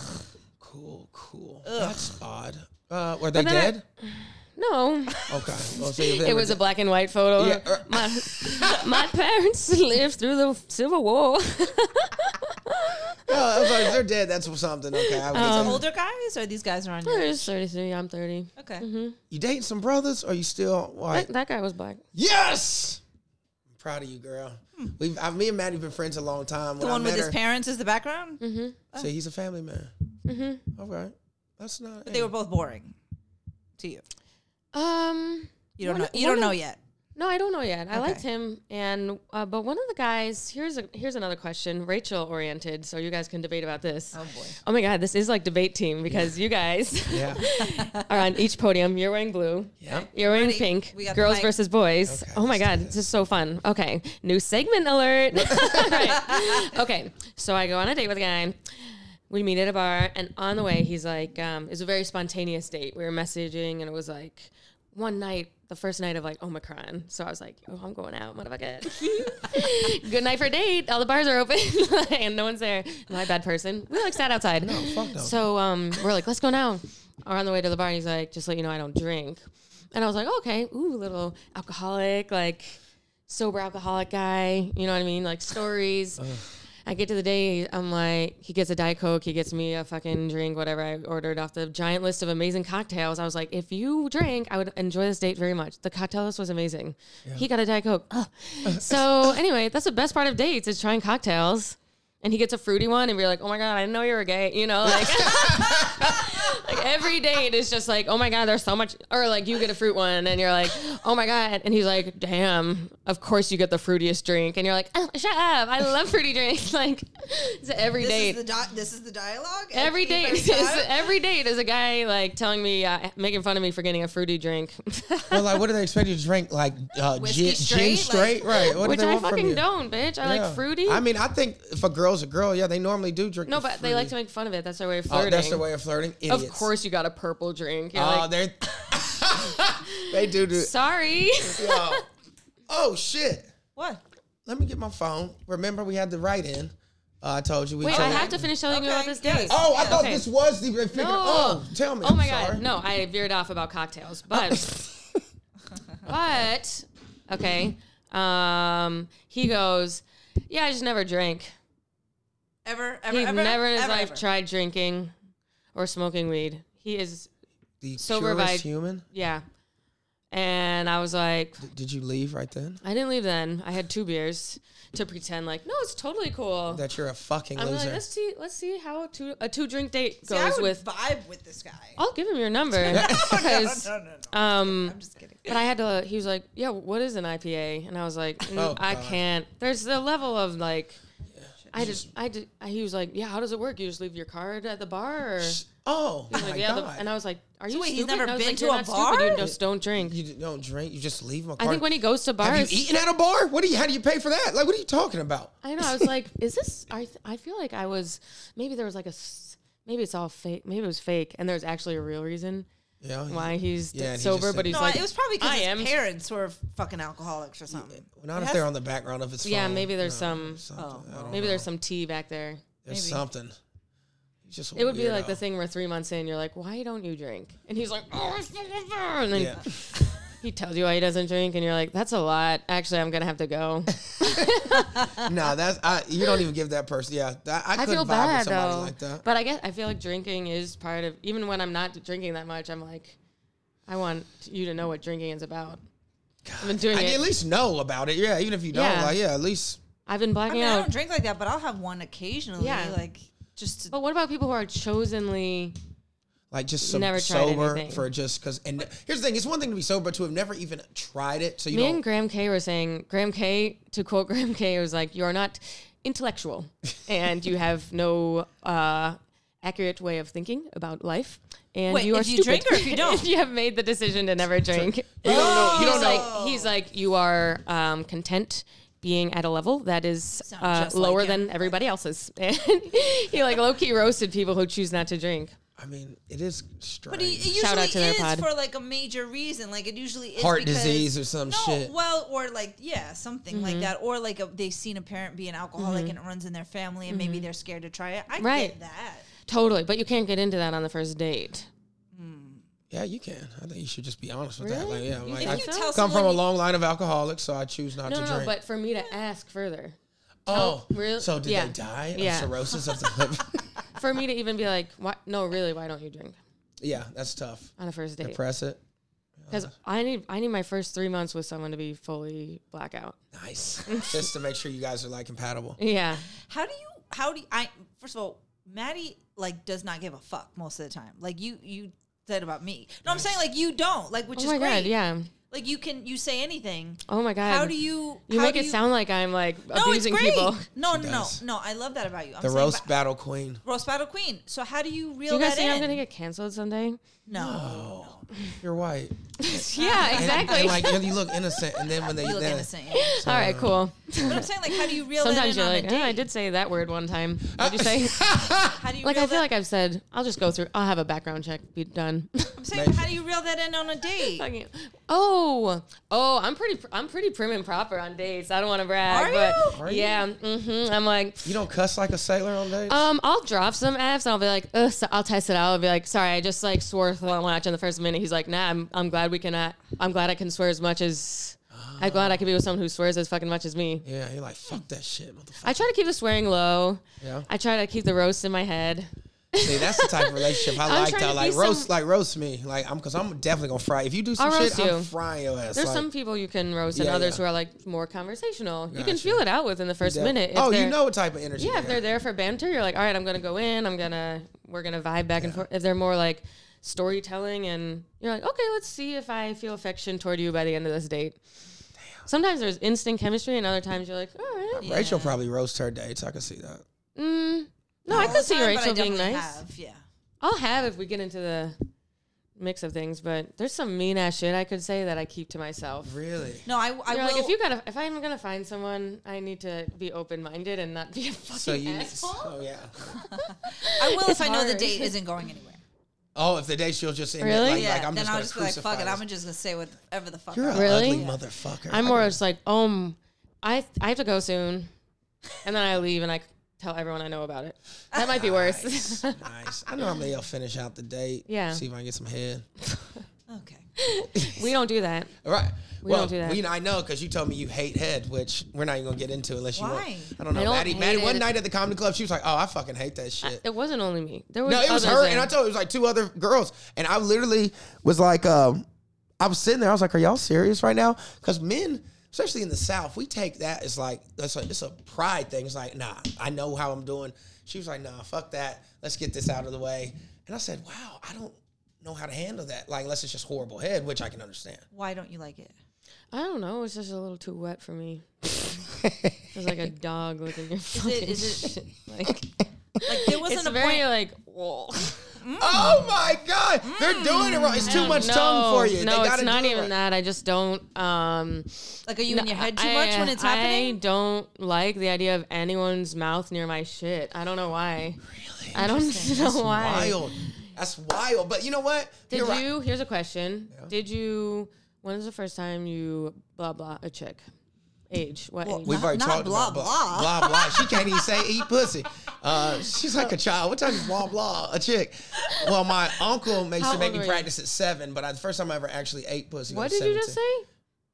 cool, cool. That's odd. Uh, were they
But then I-
dead?
No,
okay. Well, see, if they
it
were
was a black and white photo.
Yeah, er-
My, my parents lived through the Civil War.
Oh, I was like, if they're dead, that's something. Okay. I was
These
um,
Oh, older guys or these guys are on your
There's Mm-hmm. 33. I'm 30.
okay.
you dating some brothers? Or you still
That,
white?
that guy was black.
yes. I'm proud of you, girl. We've I, me and Maddie been friends a long time. When
The
I
one with
met
his
her-
parents is the background.
Mm-hmm.
See, he's a family man. Mm-hmm. Okay. That's not.
But they were both boring to you.
Um.
You don't
One-
know. You
one
don't know
of-
yet.
No, I don't know yet. I liked
Okay.
him, and uh, but one of the guys here's a, here's another question, Rachel oriented, so you guys can debate about this.
Oh, boy.
Oh my God, this is like debate team because you guys
Yeah.
are on each podium. You're wearing blue.
yeah.
You're wearing
Ready?
pink.
We got the
Girls
mic.
versus boys.
Okay,
oh my
let's do
God,
this.
this is so fun. Okay, new segment alert. right. Okay, so I go on a date with a guy. We meet at a bar, and on the way, he's like, um, it was a very spontaneous date. We were messaging, and it was like one night, the first night of like Omicron. So I was like, oh, I'm going out, motherfucker. Good night for a date. All the bars are open, and no one's there. Am I a bad person? We like sat outside. No,
fuck no.
So um, we're like, let's go now. Or on the way to the bar, and he's like, just let you know, I don't drink. And I was like, okay, ooh, little alcoholic, like sober alcoholic guy. You know what I mean? Like stories. I get to the day, I'm like, he gets a Diet Coke, he gets me a fucking drink, whatever I ordered off the giant list of amazing cocktails. I was like, if you drank, I would enjoy this date very much. The cocktail list was amazing. He got a Diet Coke. Ugh. so, anyway, that's the best part of dates is trying cocktails. And he gets a fruity one, and we're like, oh my God, I didn't know you were gay. You know, like, like every date is just like, oh my God, there's so much. Or like you get a fruit one, and you're like, oh my God. And he's like, damn, of course you get the fruitiest drink. And you're like, oh, shut up. I love fruity drinks. Like, it's every
This
date.
is the di- this is the dialogue.
Every
day.
date, is, every date is a guy like telling me, uh, making fun of me for getting a fruity drink,
Well, like, what do they expect you to drink? Like uh,
Whiskey
gin,
straight?
gin straight, right? What
which
do they
I
want from
fucking
you?
don't, bitch. I
Yeah.
like fruity.
I mean, I think if a girl's a girl, yeah, they normally do drink.
no,
the
but they like to
fruity.
make fun of it. That's their way of
Oh,
flirting.
that's their way of flirting. Idiots.
Of course, you got a purple drink. You're
Oh,
like,
they're they do do.
sorry.
Yo. Oh shit!
e-
What?
Let me get my phone. Remember, we had the write in. Uh, I told you we.
Wait,
told
I have to finish telling you
Okay,
about this
yes.
date.
Oh, I thought
Okay.
this was the. they figured- Oh, tell me.
Oh
I'm
my god.
sorry. Oh.
No, I veered off about cocktails, but but okay. Um, he goes, yeah, I just never drank.
Ever? Ever?
He
ever?
never in his
ever,
life
ever.
tried drinking or smoking weed. He is
The
Sober
purest
vibe.
human.
yeah. And I was like,
Did you leave right then?
I didn't leave then. I had two beers to pretend like, no, it's totally cool.
That you're a fucking
I'm like,
loser.
let's see, let's see how a two a two drink date
See, I
goes
would Oh,
with.
vibe with this guy.
I'll give him your number because
No, no, no.
um,
I'm just kidding.
But I had to. He was like, "Yeah, what is an IPA?" And I was like, mm,
Oh,
"I
God.
can't." There's the level of like, I just, I did. I, he was like, "Yeah, how does it work? You just leave your card at the bar?" Or,
oh
I'm
my
like, yeah, the-
god!
and I was like, "Are you
wait, he's
stupid?"
never
and I was
been
like,
to
"You're
a
not stupid,
bar?
You just don't drink.
you don't drink. You just leave my
I
car.
think when he goes to bars,
Have you eaten at a bar? What do you? How do you pay for that? Like, what are you talking about?
I know. I was like, "Is this?" I th- I feel like I was. Maybe there was like a. s- Maybe it's all fake. Maybe it was fake, and there's actually a real reason
Yeah.
why he's
Yeah, and he just
sober.
said-
but he's
No,
like,
it was probably
I
because his
am
parents were fucking alcoholics or something.
Not
It
if
has-
they're on the background of his
Yeah,
phone.
maybe there's
No,
some- Oh,
something. I don't
Maybe
know.
there's some tea back there.
There's
maybe.
something. Just
It would be like
weirdo.
the thing where three months in, you're like, why don't you drink? And he's like, oh, I still want beer. And then
Yeah.
he tells you why he doesn't drink, and you're like, that's a lot. Actually, I'm going to have to go.
no, that's I, you don't even give that person. Yeah, that, I,
I
couldn't
feel
vibe
bad,
with somebody
though.
like that.
But I guess I feel like drinking is part of, even when I'm not drinking that much, I'm like, I want you to know what drinking is about. I've been doing
I mean,
it.
at least know about it. Yeah, even if you don't,
Yeah.
like yeah, at least
I've been
I
blacking
mean, I
out.
don't drink like that, but I'll have one occasionally.
Yeah.
Like just to,
But what about people who are chosenly?
like just some
Never tried
sober
anything.
for just because. And here's the thing: it's one thing to be sober, but to have never even tried it, so you
Me
don't.
and Graham K were saying, Graham K, to quote Graham K, was like, "You are not intellectual, and you have no uh, accurate way of thinking about life, and
Wait,
you are
if you
stupid
drink or if you don't?
if you have made the decision to never drink, you
don't know- you don't
he's
know-
Like, he's like, you are um, content." Being at a level that is
Sounds
uh,
just like
lower
him.
than everybody else's, and he like low key roasted people who choose not to drink.
I mean, it is strange.
But it, it usually
Shout out to their
is
pod.
for like a major reason. Like it usually is
Heart
because-
disease or some
no,
shit.
Well, or like yeah, something
Mm-hmm.
like that. Or like a, they've seen a parent be an alcoholic and it runs in their family, and maybe they're scared to try it. I
Mm-hmm. Right.
get that.
Totally, but you can't get into that on the first date.
yeah, you can. I think you should just be honest with that. Like, yeah,
You
like,
think
I
you tell
come from
someone
a
you-
long line of alcoholics, so I choose not
No,
to
no, no,
drink.
but for me to ask further,
oh,
real-
so did
yeah.
they die of
Yeah.
cirrhosis of the liver?
for me to even be like, why, no, really, why don't you drink
yeah, that's tough.
on a first date?
Press it.
Because I need, I need my first three months with someone to be fully blackout.
Nice, just to make sure you guys are like compatible.
Yeah,
How do you? How do you, I? First of all, Maddie like does not give a fuck most of the time. Like you, you said about me. No, I'm saying like you don't. Like which
oh
is
my
great.
god, yeah,
Like you can you say anything.
oh my god.
How do you?
You
how
make
do
it sound like I'm like abusing people.
No, no, no,
does.
no. I love that about you. I'm
The
saying
roast
ba-
battle queen.
roast battle queen. So how do you reel
You guys
that
think
in?
I'm gonna get canceled someday?
no,
You're white.
yeah,
And-
exactly.
And, like you- you look innocent, and then when they
you look
then-
innocent. yeah.
All right, cool.
But I'm saying like, how do you reel
Sometimes
that
you're
in
like,
on a
"Eh,
date?
I did say that word one time. What'd you say?
How do you
like,
reel
I feel
that-
like I've said, I'll just go through. I'll have a background check. Be done.
I'm saying, how do you reel that in on a date?
Fucking- Oh, oh, I'm pretty, I'm pretty prim and proper on dates. I don't want to brag,
Are
but
you?
Are you?
yeah, hmm I'm like,
you don't cuss like a sailor on dates.
um, I'll drop some f's and I'll be like, Ugh, so I'll test it out. I'll be like, sorry, I just like swore a much in the first minute. He's like, nah, I'm, I'm glad we cannot. I'm glad I can swear as much as. I'm glad I can be with someone who swears as fucking much as me.
yeah, you're like fuck that shit, motherfucker.
I try to keep the swearing low.
Yeah.
I try to keep the roast in my head.
See, that's the type of relationship I
I'm
like.
trying
That
to
like
be
roast,
some-
like roast me, like I'm because I'm definitely gonna fry. If you do some
I'll
shit,
roast
I'm
you.
frying your ass.
There's
like,
some people you can roast and
Yeah,
others
yeah.
who are like more conversational. You can
Gotcha.
feel it out within the first
yeah.
minute. if
Oh, you
they're-
know what type of energy?
Yeah, if
they
they're
got.
there for banter, you're like, all right, I'm gonna go in. I'm gonna we're gonna vibe back and forth. If they're more like storytelling, and you're like, okay, let's see if I feel affection toward you by the end of this date. Sometimes there's instant chemistry, and other times you're like, all right,
Rachel probably roast her dates. I can see that.
mm, no, I
All
could
the
see
time, but I
Rachel being
definitely
nice.
Have, yeah.
I'll have if we get into the mix of things, but there's some mean ass shit I could say that I keep to myself.
Really?
No, I, I
You're
will.
like, if you gotta, if I'm gonna find someone, I need to be open minded and not be a fucking
So you?
asshole.
Oh yeah.
I will if
it's
I know the
hard.
date isn't going anywhere.
Oh, if the date she'll just end it,
Really?
Like,
Yeah,
like, I'm
then
just
I'll
gonna
just be like,
crucify
fuck it.
this.
I'm just gonna say whatever the fuck.
You're
I
a
want.
Really?
ugly motherfucker.
I'm more just like, um, I I have to go soon, and then I leave and I tell everyone I know about it. That might be worse.
nice. nice. I normally I'll finish out the date.
Yeah.
See if I can get some head.
Okay.
we don't do that.
All right.
We
well,
don't do that.
We, I know because you told me you hate head, which we're not even gonna get into unless you want.
Why?
I don't know.
I don't
Maddie,
hate
Maddie, one
it.
night at the comedy club, she was like, "Oh, I fucking hate that shit."
It wasn't only me. There was
no, it was
others
her,
there.
and I told it was like two other girls, and I literally was like, um, I was sitting there, I was like, "Are y'all serious right now?" Because men. Especially in the South, we take that as like it's like it's a pride thing. It's like, nah, I know how I'm doing. She was like, nah, fuck that. Let's get this out of the way. And I said, wow, I don't know how to handle that. Like, unless it's just horrible head, which I can understand.
Why don't you like it?
I don't know. It was just a little too wet for me. it was like a dog looking your
Is
fucking
it? Is it?
shit. Like
Like there wasn't
it's
a
very
point.
like. Whoa. Mm.
Oh my God, they're doing it wrong. It's too much tongue for you.
No,
they
it's
gotta
not
do it
even
right.
that. I just don't. Um,
Like are you in your head too
I-
much when it's
I
happening?
don't like the idea of anyone's mouth near my shit. I don't know why. Really? I don't know why.
Wild. That's wild. But you know what?
Did
You're right.
you? Here's a question. Did you? When was the first time you blah blah a chick? Age? What age?
We've already
Not
talked
blah,
about
blah.
blah blah. She can't even say eat pussy. Uh, she's like a child. What time is blah blah a chick? Well, my uncle makes
How
to make
old
me
were you?
practice at seven, but I, the first time I ever actually ate pussy.
What
was
did you just
17.
say?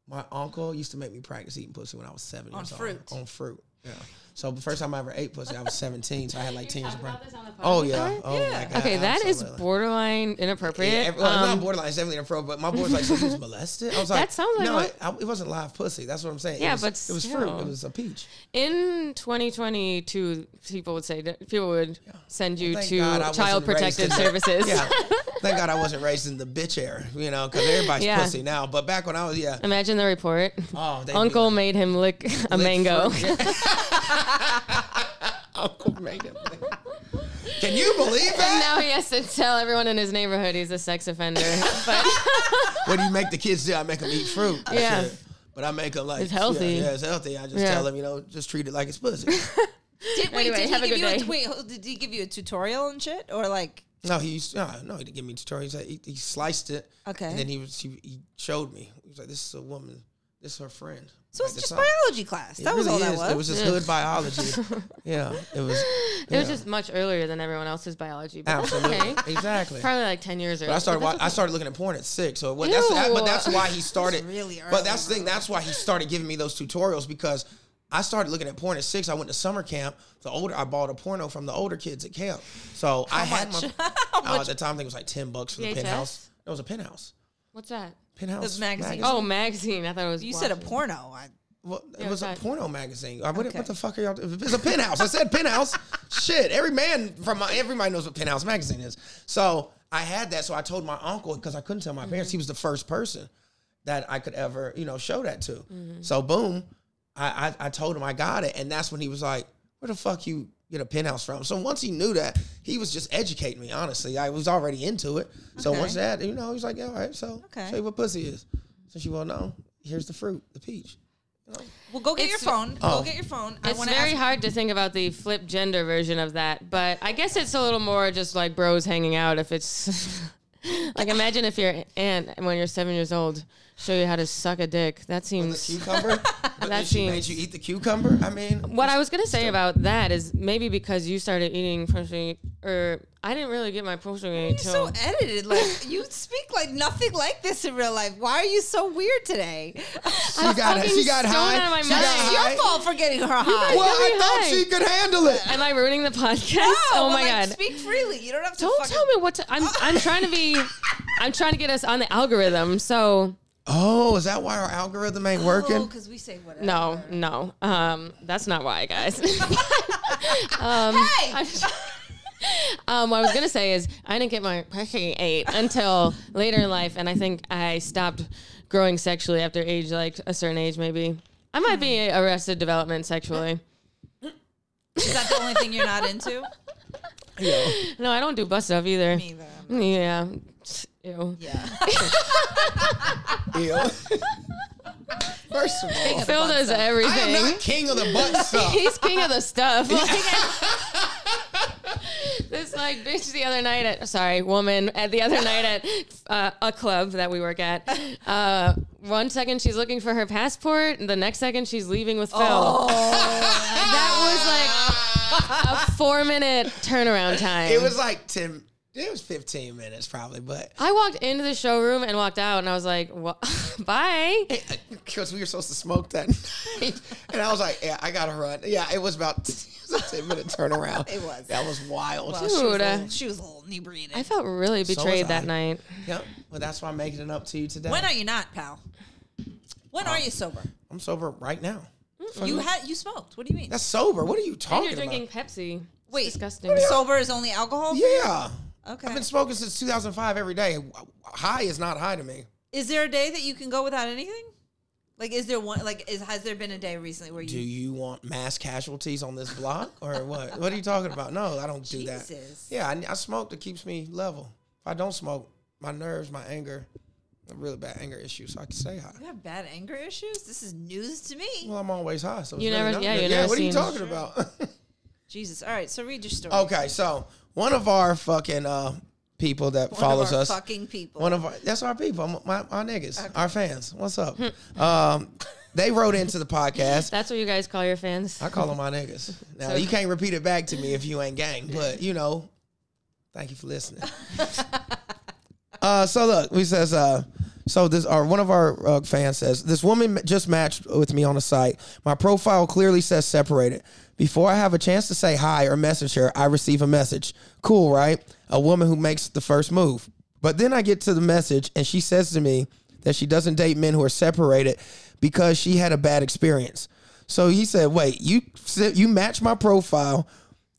My uncle used to make me practice eating pussy when I was seven
On
years old.
fruit.
On fruit. Yeah. So the first time I ever ate pussy, I was seventeen. So I had like ten years of brain.
about this on the
Oh
podcast
yeah.
before?
Oh my god.
Okay, that is
absolutely.
borderline inappropriate.
Yeah, every- well, it's
Um,
not borderline, it's definitely inappropriate. But my board's like, so he was molested. I was like,
sounds like
no,
what-
it, I- it wasn't live pussy. That's what I'm saying. It
Yeah,
was-
but
it was fruit.
still.
It was a peach.
in 2022, people would say that- people would send you
Thank
to
God I wasn't
child
raised in
protective
that-
services.
Yeah, thank God I wasn't raised in the bitch era, you know, because everybody's
Yeah.
pussy now. But back when I was, yeah,
Imagine the report.
oh, they'd be
Uncle
like,
made him lick a
"Lick
mango.
fruit." Uncle made him. Can you believe
And
that?
now he has to tell everyone in his neighborhood he's a sex offender. But
What do you make the kids do? I make them eat fruit. and
Yeah.
shit. But I make them like
It's healthy.
Yeah, yeah, it's healthy. I just
Yeah.
tell them, you know, just treat it like it's pussy.
Did, wait,
Anyway,
did he
have a
give
good
you a
day.
wait, hold- Did he give you a tutorial and shit, or like?
No, he used no, no, he didn't give me tutorials. He, he sliced it.
Okay.
And then he was he, he showed me. He was like, "This is a woman. This is her friend."
So
Like,
it's just
not-
biology class.
It
that was
really
all that
is.
was.
It was just hood biology. yeah, it was.
it was
yeah,
just much earlier than everyone else's biology. But that's
absolutely
okay.
exactly.
Probably like 10 years earlier.
But I started. wa- I started looking at porn at six. So it was, that's that, but
Ew.
that's why he started.
really early,
but that's the thing. That's why he started giving me those tutorials because I started looking at porn at six. I went to summer camp. The older I bought a porno from the older kids at camp. So I had
much?
my. oh, at the time, I think it was like ten bucks for the
VHS?
penthouse. It was a penthouse.
What's that?
Penthouse
The magazine.
Oh, magazine. I thought it was.
you said a
watching.
porno. I,
Well,
Yeah,
it was a
sorry.
porno magazine. I wouldn't, What
Okay.
the fuck are y'all? doing? It's a penthouse. I said penthouse. Shit, every man from my everybody knows what penthouse magazine is. So I had that. So I told my uncle because I couldn't tell my parents. He was the first person that I could ever you know show that to.
Mm-hmm.
So boom, I, I I told him I got it, and that's when he was like, "Where the fuck you get a penthouse from?" So once he knew that, he was just educating me. Honestly, I was already into it. So
Okay.
once that, you know, he's like, "Yeah, all right, so
Okay.
show you what pussy is." So she will know. Here's the fruit, the peach.
well, go get
It's-
your phone.
oh.
Go get your phone. I
It's
want to
very
ask.
hard to think about the flip gender version of that, but I guess it's a little more just like bros hanging out. If it's like, imagine if your aunt, when you're seven years old, show you how to suck a dick. That
the
seems.
cucumber. but then she
seems-
made you eat the cucumber. I mean,
What I was gonna say about that is maybe because you started eating pussy, or I didn't really get my pussy
You're
until
so edited. Like you speak like nothing like this in real life. Why are you so weird today?
she got
fucking
she got
stoned
high.
out of my
she got
mind. That's
It's
high.
your fault for getting her high.
guys-
Well, I
Very
thought
high.
she could handle it.
Am I ruining the podcast?
No,
oh
but,
my
like,
god!
Speak freely. You don't have to.
Don't
fucking,
tell me what to. I'm I'm trying to be. I'm trying to get us on the algorithm. So
Oh, is that why our algorithm ain't working?
because we say whatever.
No, no. Um, that's not why, guys.
Hey.
um, what I was gonna say is I didn't get my pussy ate until later in life, and I think I stopped growing sexually after age, like a certain age, maybe. I might be
Hmm.
arrested development sexually.
Is that the only thing you're not into?
No, I don't do butt stuff either.
Me either.
Yeah. Ew.
Yeah.
Ew. First of all,
Phil does
I am
everything.
not king of the butt stuff.
He's king of the stuff. Like, this like bitch the other night at sorry woman at the other night at uh, a club that we work at. Uh, one second she's looking for her passport, and the next second she's leaving with Phil. that was like a four minute turnaround time.
It was like ten. It was fifteen minutes probably, but
I walked into the showroom and walked out, and I was like, "Wha- "Bye."
because we were supposed to smoke that night, and I was like, "Yeah, I gotta run." Yeah, it was about it was a ten minute turnaround.
It was.
That was wild.
Well, she, was a
Dude, uh,
little, she was a little inebriated.
I felt really betrayed
I.
that night.
Yep. Well, that's why I'm making it up to you today.
when are you not, pal?
Oh.
When are you sober?
I'm sober right now.
You had you smoked. What do you mean?
That's sober. What are you
And
talking
you're drinking
about?
Pepsi. It's
Wait,
disgusting.
Sober is only alcohol.
Yeah.
Okay.
I've been smoking since 2005 every day. High is not high to me.
Is there a day that you can go without anything? Like, is there one? Like, is has there been a day recently where
Do
you?
you want mass casualties on this block or what? what are you talking about? No, I don't do that.
Jesus.
Yeah, I, I smoke that keeps me level. If I don't smoke, my nerves, my anger, a really bad anger issue, so I can stay high.
You have bad anger issues. This is news to me.
Well, I'm always high, so it's
You
really
never-
not
yeah,
good.
you
yeah.
never
what are you
seen-
talking about?
Jesus. All right. So read your story.
okay, so one of our fucking uh, people that
One
follows
of our
us,
Fucking people.
One of our that's our people, my, my niggas, our fans. What's up? um, They wrote into the podcast.
That's what you guys call your fans.
I call them my niggas. Now you can't repeat it back to me if you ain't gang, but you know, thank you for listening. uh, so look, we says uh, so this or one of our uh, fans says this woman just matched with me on a site. My profile clearly says separated. Before I have a chance to say hi or message her, I receive a message. Cool, right? A woman who makes the first move. But then I get to the message and she says to me that she doesn't date men who are separated because she had a bad experience. So he said, "Wait, you si- you match my profile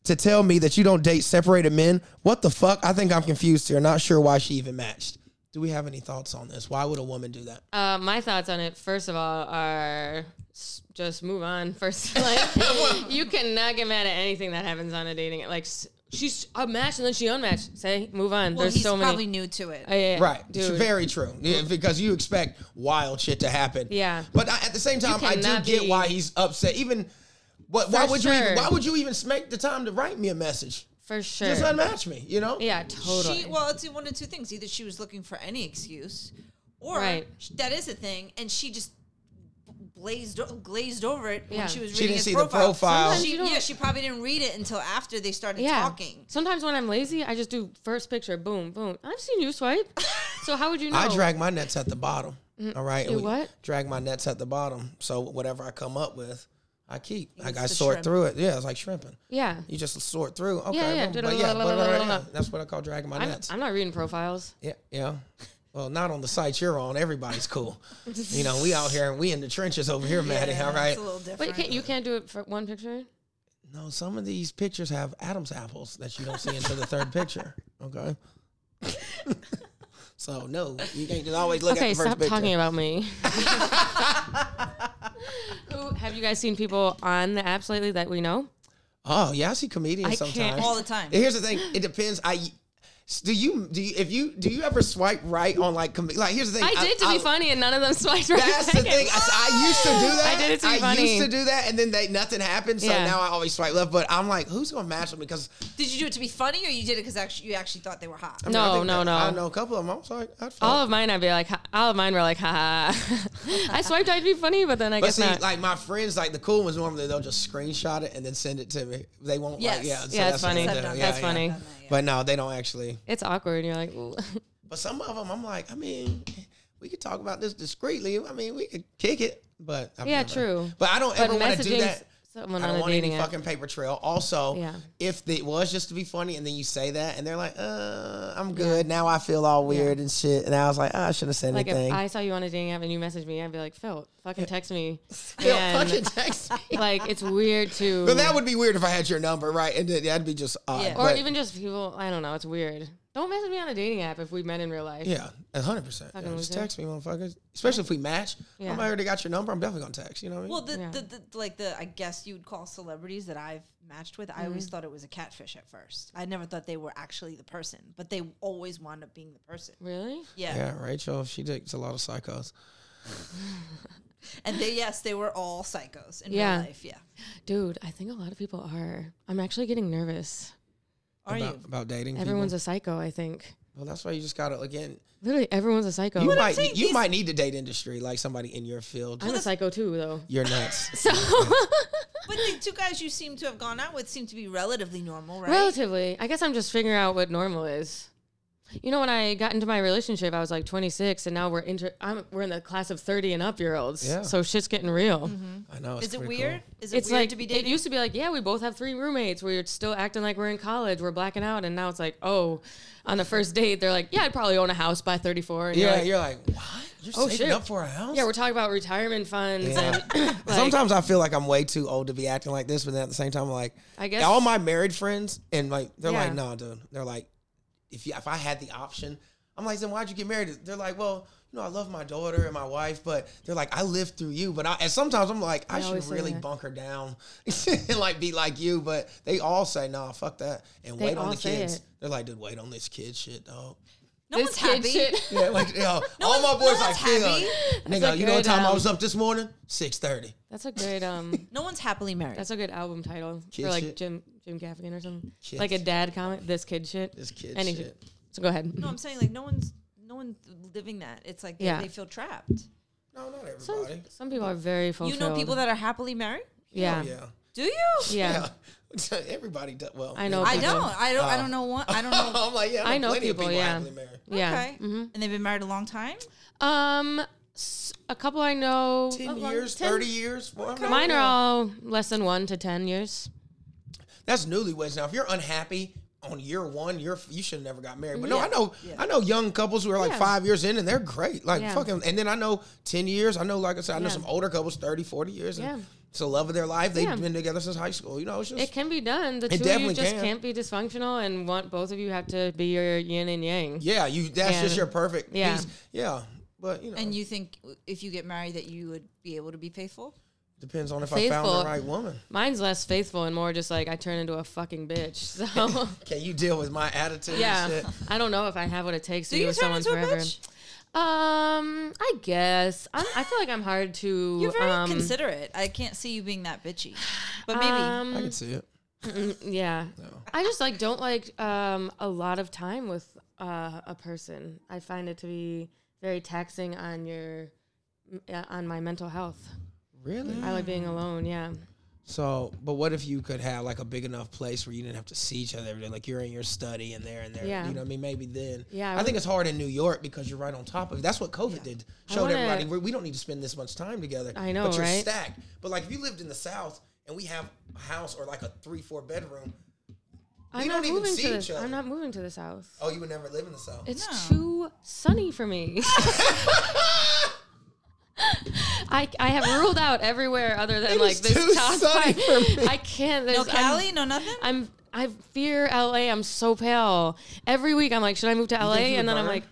to tell me that you don't date separated men? What the fuck? I think I'm confused here. Not sure why she even matched. Do we have any thoughts on this? Why would a woman do that?
Uh, my thoughts on it, first of all, are s- just move on. First, like you cannot get mad at anything that happens on a dating. Like s- she's unmatched and then she unmatched. Say, move on.
Well,
There's
he's
so many.
probably new to it.
Oh, yeah, yeah.
Right, it's
dude.
very true. Yeah, because you expect wild shit to happen.
Yeah.
but I, at the same time, I do
cannot
get
be-
why he's upset. Even what? Why
For
would you? Even,
sure.
why would you even make the time to write me a message?
for sure.
Just unmatch me. You know?
yeah, totally.
She well, it's one of two things: either she was looking for any excuse, or
Right.
sh- that is a thing, and she just blazed o- glazed over it
Yeah.
when she was
She
reading
didn't
his
see the
profile.
profile.
Sometimes
She-
you don't-
yeah, she probably didn't read it until after they started
yeah.
talking.
Sometimes when I'm lazy, I just do first picture, boom, boom. I've seen you swipe. so how would you know?
I drag my nets at the bottom. All right.
Mm-hmm. You
We
what?
Drag my nets at the bottom. So whatever I come up with, I keep. Like
it's
I
the
sort
shrimp.
through it. Yeah, it's like shrimping.
Yeah.
You just sort through. Okay.
Yeah, yeah.
boom, but yeah, but right
Da-da-da-da-da-da-da.
now, That's what I call dragging my
I'm,
nets.
I'm not reading profiles.
Yeah, yeah. Well, not on the site you're on. Everybody's cool. you know, we out here and we in the trenches over here, Maddie. all right.
It's a little different.
But you can't you can't do it for one picture?
No, some of these pictures have Adam's apples that you don't see until the third picture. Okay. so no, you can't just always look
okay,
at the first
stop
picture.
talking about me. Who have you guys seen people on the apps lately that we know?
Oh yeah, I see comedians
I can't-
sometimes.
all the time.
And Here's the thing. It depends. I do you do you, if you do you ever swipe right on like com- like here's the thing.
I did to be funny, and none of them swiped right
That's the
back.
thing. I, I used to do that.
I did it to be funny.
used to do that, and then they, nothing happened. So
Yeah.
now I always swipe left. But I'm like, who's gonna match them? Because
Did you do it to be funny, or you did it because actually you actually thought they were hot?
I mean, I
No,
think
no,
that-
no.
I know a couple of them. I'm sorry. I'd
All
fuck.
of mine, I'd be like, ha- all of mine were like, haha. I swiped, I'd be funny, but then I
But
guess
see,
not.
like my friends, like the cool ones, normally they'll just screenshot it and then send it to me. They won't.
Yes.
Like, yeah, so
yeah, it's
what
funny.
they do.
That's
Yeah, yeah.
funny.
But no, they don't actually.
It's awkward. And you're like, ooh.
But some of them, I'm like, I mean, we could talk about this discreetly. I mean, we could kick it, but I've
Yeah,
never-
true.
But I don't
But
ever want to do
messaging
that.
someone
I
on
don't
a
want any
dating app.
fucking paper trail. Also,
Yeah.
if it was just to be funny, and then you say that, and they're like, "Uh, I'm good." Now I feel all weird and shit. And I was like, "Ah, I shouldn't have said
like if
anything.
I saw you on a dating app and you messaged me, I'd be like, Phil, fucking text me.
They'll
And,
fucking text me.
like it's weird to,
But that would be weird if I had your number, right? And then that'd be just odd.
Yeah.
or
but-
even just people. I don't know. It's weird. Don't message me on a dating app if we met in real life.
Yeah, a hundred percent. Yeah,
Fucking
Just
loser.
text me, motherfuckers. Especially if we match.
Yeah.
I'm already got your number. I'm definitely gonna text. You know what I mean?
Well, the,
Yeah.
the, the like the I guess you'd call celebrities that I've matched with. I always thought it was a catfish at first. I never thought they were actually the person, but they always wound up being the person.
Really?
Yeah,
yeah, Rachel. She dates a lot of psychos.
and they yes, they were all psychos in
Yeah.
real life. Yeah,
Dude, I think a lot of people are. I'm actually getting nervous.
are
about,
you?
about dating?
Everyone's
people.
a psycho. I think.
well. That's why you just gotta again.
Literally, everyone's a psycho.
You might
saying,
you
these-
might need the date industry, like somebody in your field.
I'm a psycho too, though.
You're nuts.
So
But the two guys you seem to have gone out with seem to be relatively normal, right?
relatively, I guess I'm just figuring out what normal is. You know, when I got into my relationship, I was like 26, and now we're inter- I'm, we're in the class of 30 and up year olds.
Yeah.
So shit's getting real.
I know. It's
Is it
pretty
weird?
cool.
Is it
It's
weird
like
to be
it
dating?
used to be like, yeah, we both have three roommates. We're still acting like we're in college. We're blacking out, and now it's like, oh, on the first date, they're like, yeah, I'd probably own a house by 34. And you're
Yeah,
like,
you're like, what? You're
Oh,
saving
shit.
up for a house?
yeah, we're talking about retirement funds.
Yeah.
And, like,
Sometimes I feel like I'm way too old to be acting like this, but then at the same time, like
I guess-
all my married friends and like they're like,
Yeah.
no, dude. They're like, if you, if I had the option, I'm like, then why'd you get married? They're like, well, you know, I love my daughter and my wife, but they're like, I lived through you, but I and sometimes I'm like, I, should
always say
really
that.
bunker down and like be like you, but they all say, nah, fuck that, and
They
wait on
all
the
say
kids.
it.
They're like, dude, wait on this kid shit, dog.
no one's
this kid
happy.
shit.
Yeah, like yo, all my
one's-
boys like,
no one's
feel,
happy.
nigga,
like
you know what
good,
time I
um,
was up this morning? Six thirty.
That's a good um.
No one's happily married.
That's a good album title
Kid
for like
shit.
Jim Jim Gaffigan or something.
Kid
like a
shit.
dad comment. This kid shit.
This kid
Any-
shit.
So go ahead.
no, I'm saying like no one's no one's living that. It's like they,
Yeah.
they feel trapped.
No, not
Some,
everybody.
some people are very
You
fulfilled.
know people that are happily married?
yeah.
yeah.
Do you?
Yeah.
Yeah. everybody does. Well,
I know.
I
people.
don't. I don't. I don't know one. I don't know.
I'm like, yeah, I
I
know
know
plenty of
people,
people
yeah.
happily married.
Yeah. Mm-hmm.
Okay. And they've been married a long time.
Um, s- a couple I know.
10
a long-
years,
10
30 years. Well, I mean,
Mine are
yeah.
all less than one to ten years.
That's newlyweds. Now, if you're unhappy on year one, you're you should have never got married. But no, I know I know young couples who are like
Yeah.
five years in and they're great. Like
Yeah.
fucking and then I know ten years. I know like I said, I know
Yeah.
some older couples 30, 40 years. And
Yeah.
It's the love of their life. They've
Yeah.
been together since high school. You know, it's just
It can be done. The
It
two of you
definitely
just
can.
can. not be dysfunctional, and want both of you have to be your yin and yang.
yeah, you that's
Yeah.
just your perfect
Yeah.
piece. Yeah. But you know
And you think if you get married that you would be able to be faithful?
depends on if I found
Faithful.
the right woman.
Mine's less faithful and more just like I turn into a fucking bitch. So
Can you deal with my attitude and
yeah,
shit?
I don't know if I have what it takes to
Do
be
you
with
turn
someone
into a
forever.
bitch?
Um, I guess I'm, I feel like I'm hard to.
You're very
um,
considerate. I can't see you being that bitchy. But maybe.
um,
I can see it.
Yeah. I just like don't like um, a lot of time with uh, a person. I find it to be very taxing on your uh, on my mental health.
Really?
I like being alone. Yeah.
So, but what if you could have like a big enough place where you didn't have to see each other every day? Like you're in your study and there and there.
Yeah.
You know what I mean? Maybe then.
Yeah, I
I, think it's hard in New York because you're right on top of it. That's what COVID did. Showed
wanna-
everybody we, we don't need to spend this much time together.
I know,
But you're
right?
stacked. But like if you lived in the South and we have a house or like a three, four bedroom,
I'm
don't
not
even
moving
see
to this.
each other.
I'm not moving to this house.
oh, you would never live in the South.
It's
No.
too sunny for me. I, I have ruled out everywhere other than like
is too
this top
sunny
five.
for me.
I can't.
no
there's- I'm-
Cali? no nothing?
I'm I fear LA. I'm so pale. Every week I'm like, should I move to LA?
think you
And then I'm
burn?
like,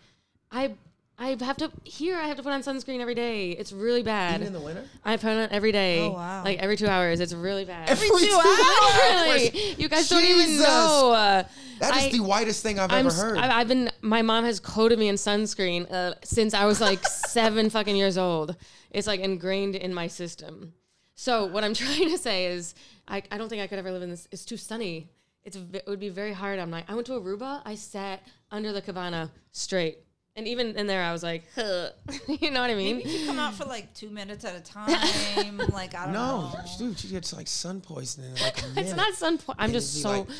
I I have to here I have to put on sunscreen every day. It's really bad.
Even in the winter?
I put it on every day.
Oh, wow.
Like every two hours. It's really bad.
Every two hours?
Literally. You guys don't even
Jesus.
know. Uh,
That is
I-
the whitest thing I've
I'm,
ever heard.
have I've been. My mom has coated me in sunscreen uh, since I was like seven fucking years old. It's like ingrained in my system. So what I'm trying to say is, I, I don't think I could ever live in this. It's too sunny. It's v- it would be very hard. I'm like I went to Aruba. I sat under the cabana straight, and even in there I was like, huh. you know what I mean?
Maybe if you come out for like two minutes at a time. like, I don't
no,
know.
dude, she gets like sun poisoning. in, Like a
It's
minute.
not sun. po- I'm
And
just
it'd be
so.
like-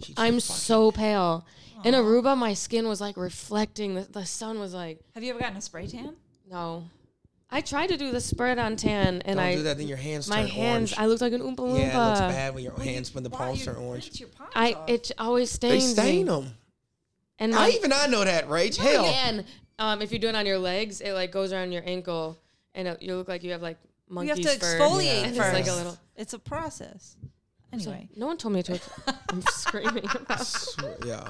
She just
I'm
fucking-
so pale. In Aruba, my skin was like reflecting. The, the sun was like
Have you ever gotten a spray tan?
No. I tried to do the spread on tan and
Don't
I
do that. Then your hands
my
turn
hands
orange.
I looked like an oompa loompa.
Yeah, it looks bad when your
Well, you-
hands when the
why-
palms
you
turn orange.
rinse your palms
I
off.
it always
They
stains
stain
me.
them.
And
I
my,
even I know that, Rach. Hell,
and um if you do it on your legs, it like goes around your ankle and it, you look like you have like
you
monkey's
have to
fur.
exfoliate
And
first.
It's like a little
It's a process. Anyway.
No one told me to. I'm screaming. I
yeah.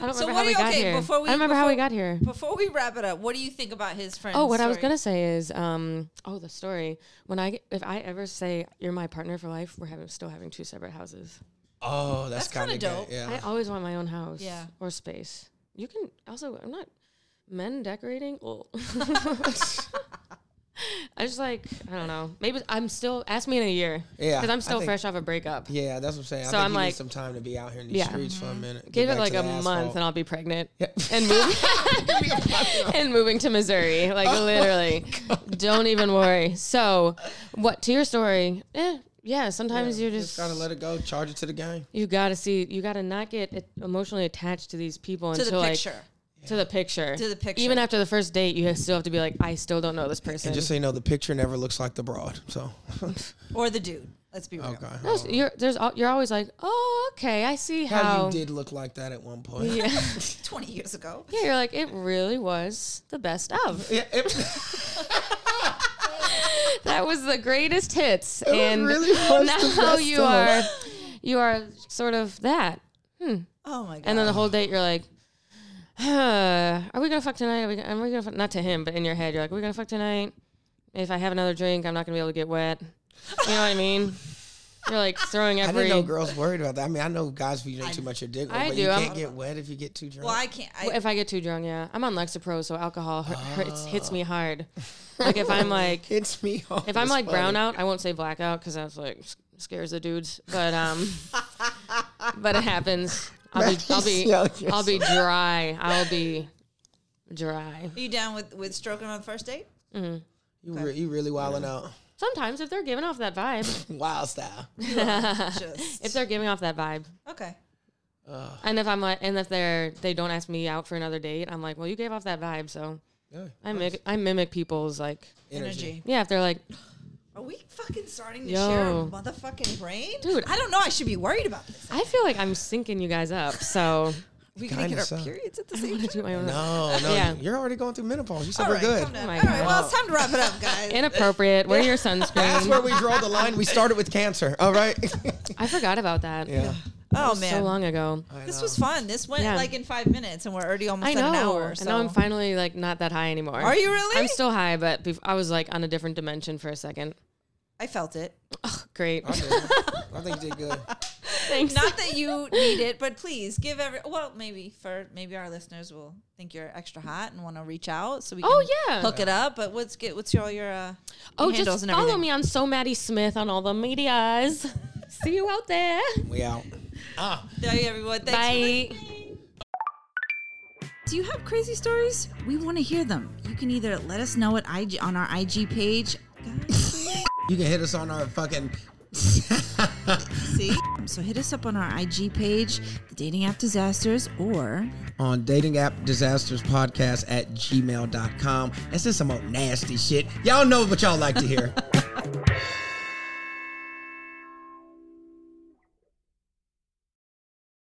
don't
So
remember
what
how
do
we
you-
got
okay,
here.
before we-
I don't remember how we
before-
got here.
Before we wrap it up, what do you think about his friend?
Oh, what I was gonna say is, um, oh, the story. When I if I ever say you're my partner for life, we're having still having two separate houses.
Oh, that's,
That's
kind
kinda
of
dope.
I
Yeah.
always want my own house.
Oh. Yeah.
Or space. You can also I'm not men decorating. Well I just like I don't know. Maybe I'm still ask me in a year.
Yeah,
Because
I
I'm still
think-
fresh off a breakup.
yeah, that's what I'm saying. I
So
think
I'm
you need
like-
some time to be out here in these
Yeah. Mm-hmm.
streets for a minute. Get
Give
back
it like
to
a
the
month
asphalt.
and I'll be pregnant. And move and moving to Missouri.
Oh
Like literally. Don't even worry. So what to your story, eh, yeah, sometimes you're just,
gotta let it go. Charge it to the game.
you gotta see you gotta not get it- emotionally attached to these people
to the
until like
picture.
to the picture.
To the picture.
Even after the first date, you still have to be like, I still don't know this person.
And just so you know, the picture never looks like the broad. So
or the dude. Let's be real.
okay,
No, it's- you're there's al- you're always like, oh, okay, I see how.
how you did look like that at one point. Yeah.
Twenty years ago.
Yeah, you're like, it really was the best of.
it-
That was the greatest hits, and
really was
now
the best
you
of.
are, you are sort of that.
Oh my god.
And then the whole date, you're like, huh, are we gonna fuck tonight? Are we, gonna- are we gonna fuck? Not to him, but in your head, you're like, are we gonna fuck tonight? If I have another drink, I'm not gonna be able to get wet. You know what I mean? You're like throwing
I
every.
didn't know girls worried about that. I mean, I know guys if you drink too much your dick,
I
but
do.
you can't
I'm-
get wet if you get too drunk.
well, I can't. I,
Well, if I get too drunk, yeah, I'm on Lexapro, so alcohol hur- hurts, hits me hard. Like if I'm like
Hits me off.
if I'm
It's
like
funny.
brown out, I won't say blackout because that's like s- scares the dudes. But um, but it happens. I'll be I'll be
Matthew's
I'll be dry. I'll be dry.
are you down with with stroking on the first date?
You, re- you really wilding out.
Sometimes if they're giving off that vibe,
Wild style.
Just
if they're giving off that vibe,
okay.
and if I'm like, and if they're they don't ask me out for another date, I'm like, well, you gave off that vibe, so
Yeah.
I mimic I mimic people's like,
Energy.
yeah, if they're like,
Are we fucking starting to share a
Yo.
motherfucking brain?
Dude.
I don't know. I should be worried about this.
I feel like I'm syncing you guys up, so
We gonna
Kinda
get our
so.
periods at the
I
same
want to
time.
do my own.
No, no.
Yeah.
You're already going through menopause. You said
All
we're
right,
good.
calm down.
Oh my
All right, well,
God.
it's time to wrap it up, guys.
Inappropriate. Wear your
That's where
sunscreen.
we draw the line. We started with cancer. All right.
I forgot about that.
yeah.
oh
So
man,
long ago.
I
this
know.
was fun. This went
Yeah.
like in five minutes, and we're already almost
I
at
know.
an hour. So
And now I'm finally like not that high anymore.
Are you really?
I'm still high, but bef- I was like on a different dimension for a second.
I felt it.
Great.
I did. I think you did good.
Thanks.
Not that you need it, but please give every. Well, maybe for maybe our listeners will think you're extra hot and want to reach out, so we can
Oh, yeah.
hook it up. But what's get what's your all your uh,
oh,
handles
just
and
follow
everything.
me on So Maddie Smith on all the medias. See you out there.
We out.
There you everyone. Thanks for
Bye.
Do you have crazy stories? We want to hear them. You can either let us know at IG on our IG page.
You can hit us on our fucking.
See? So hit us up on our IG page, the dating app disasters, or
on dating app disasters podcast at gmail.com. That's just some old nasty shit. Y'all know what y'all like to hear.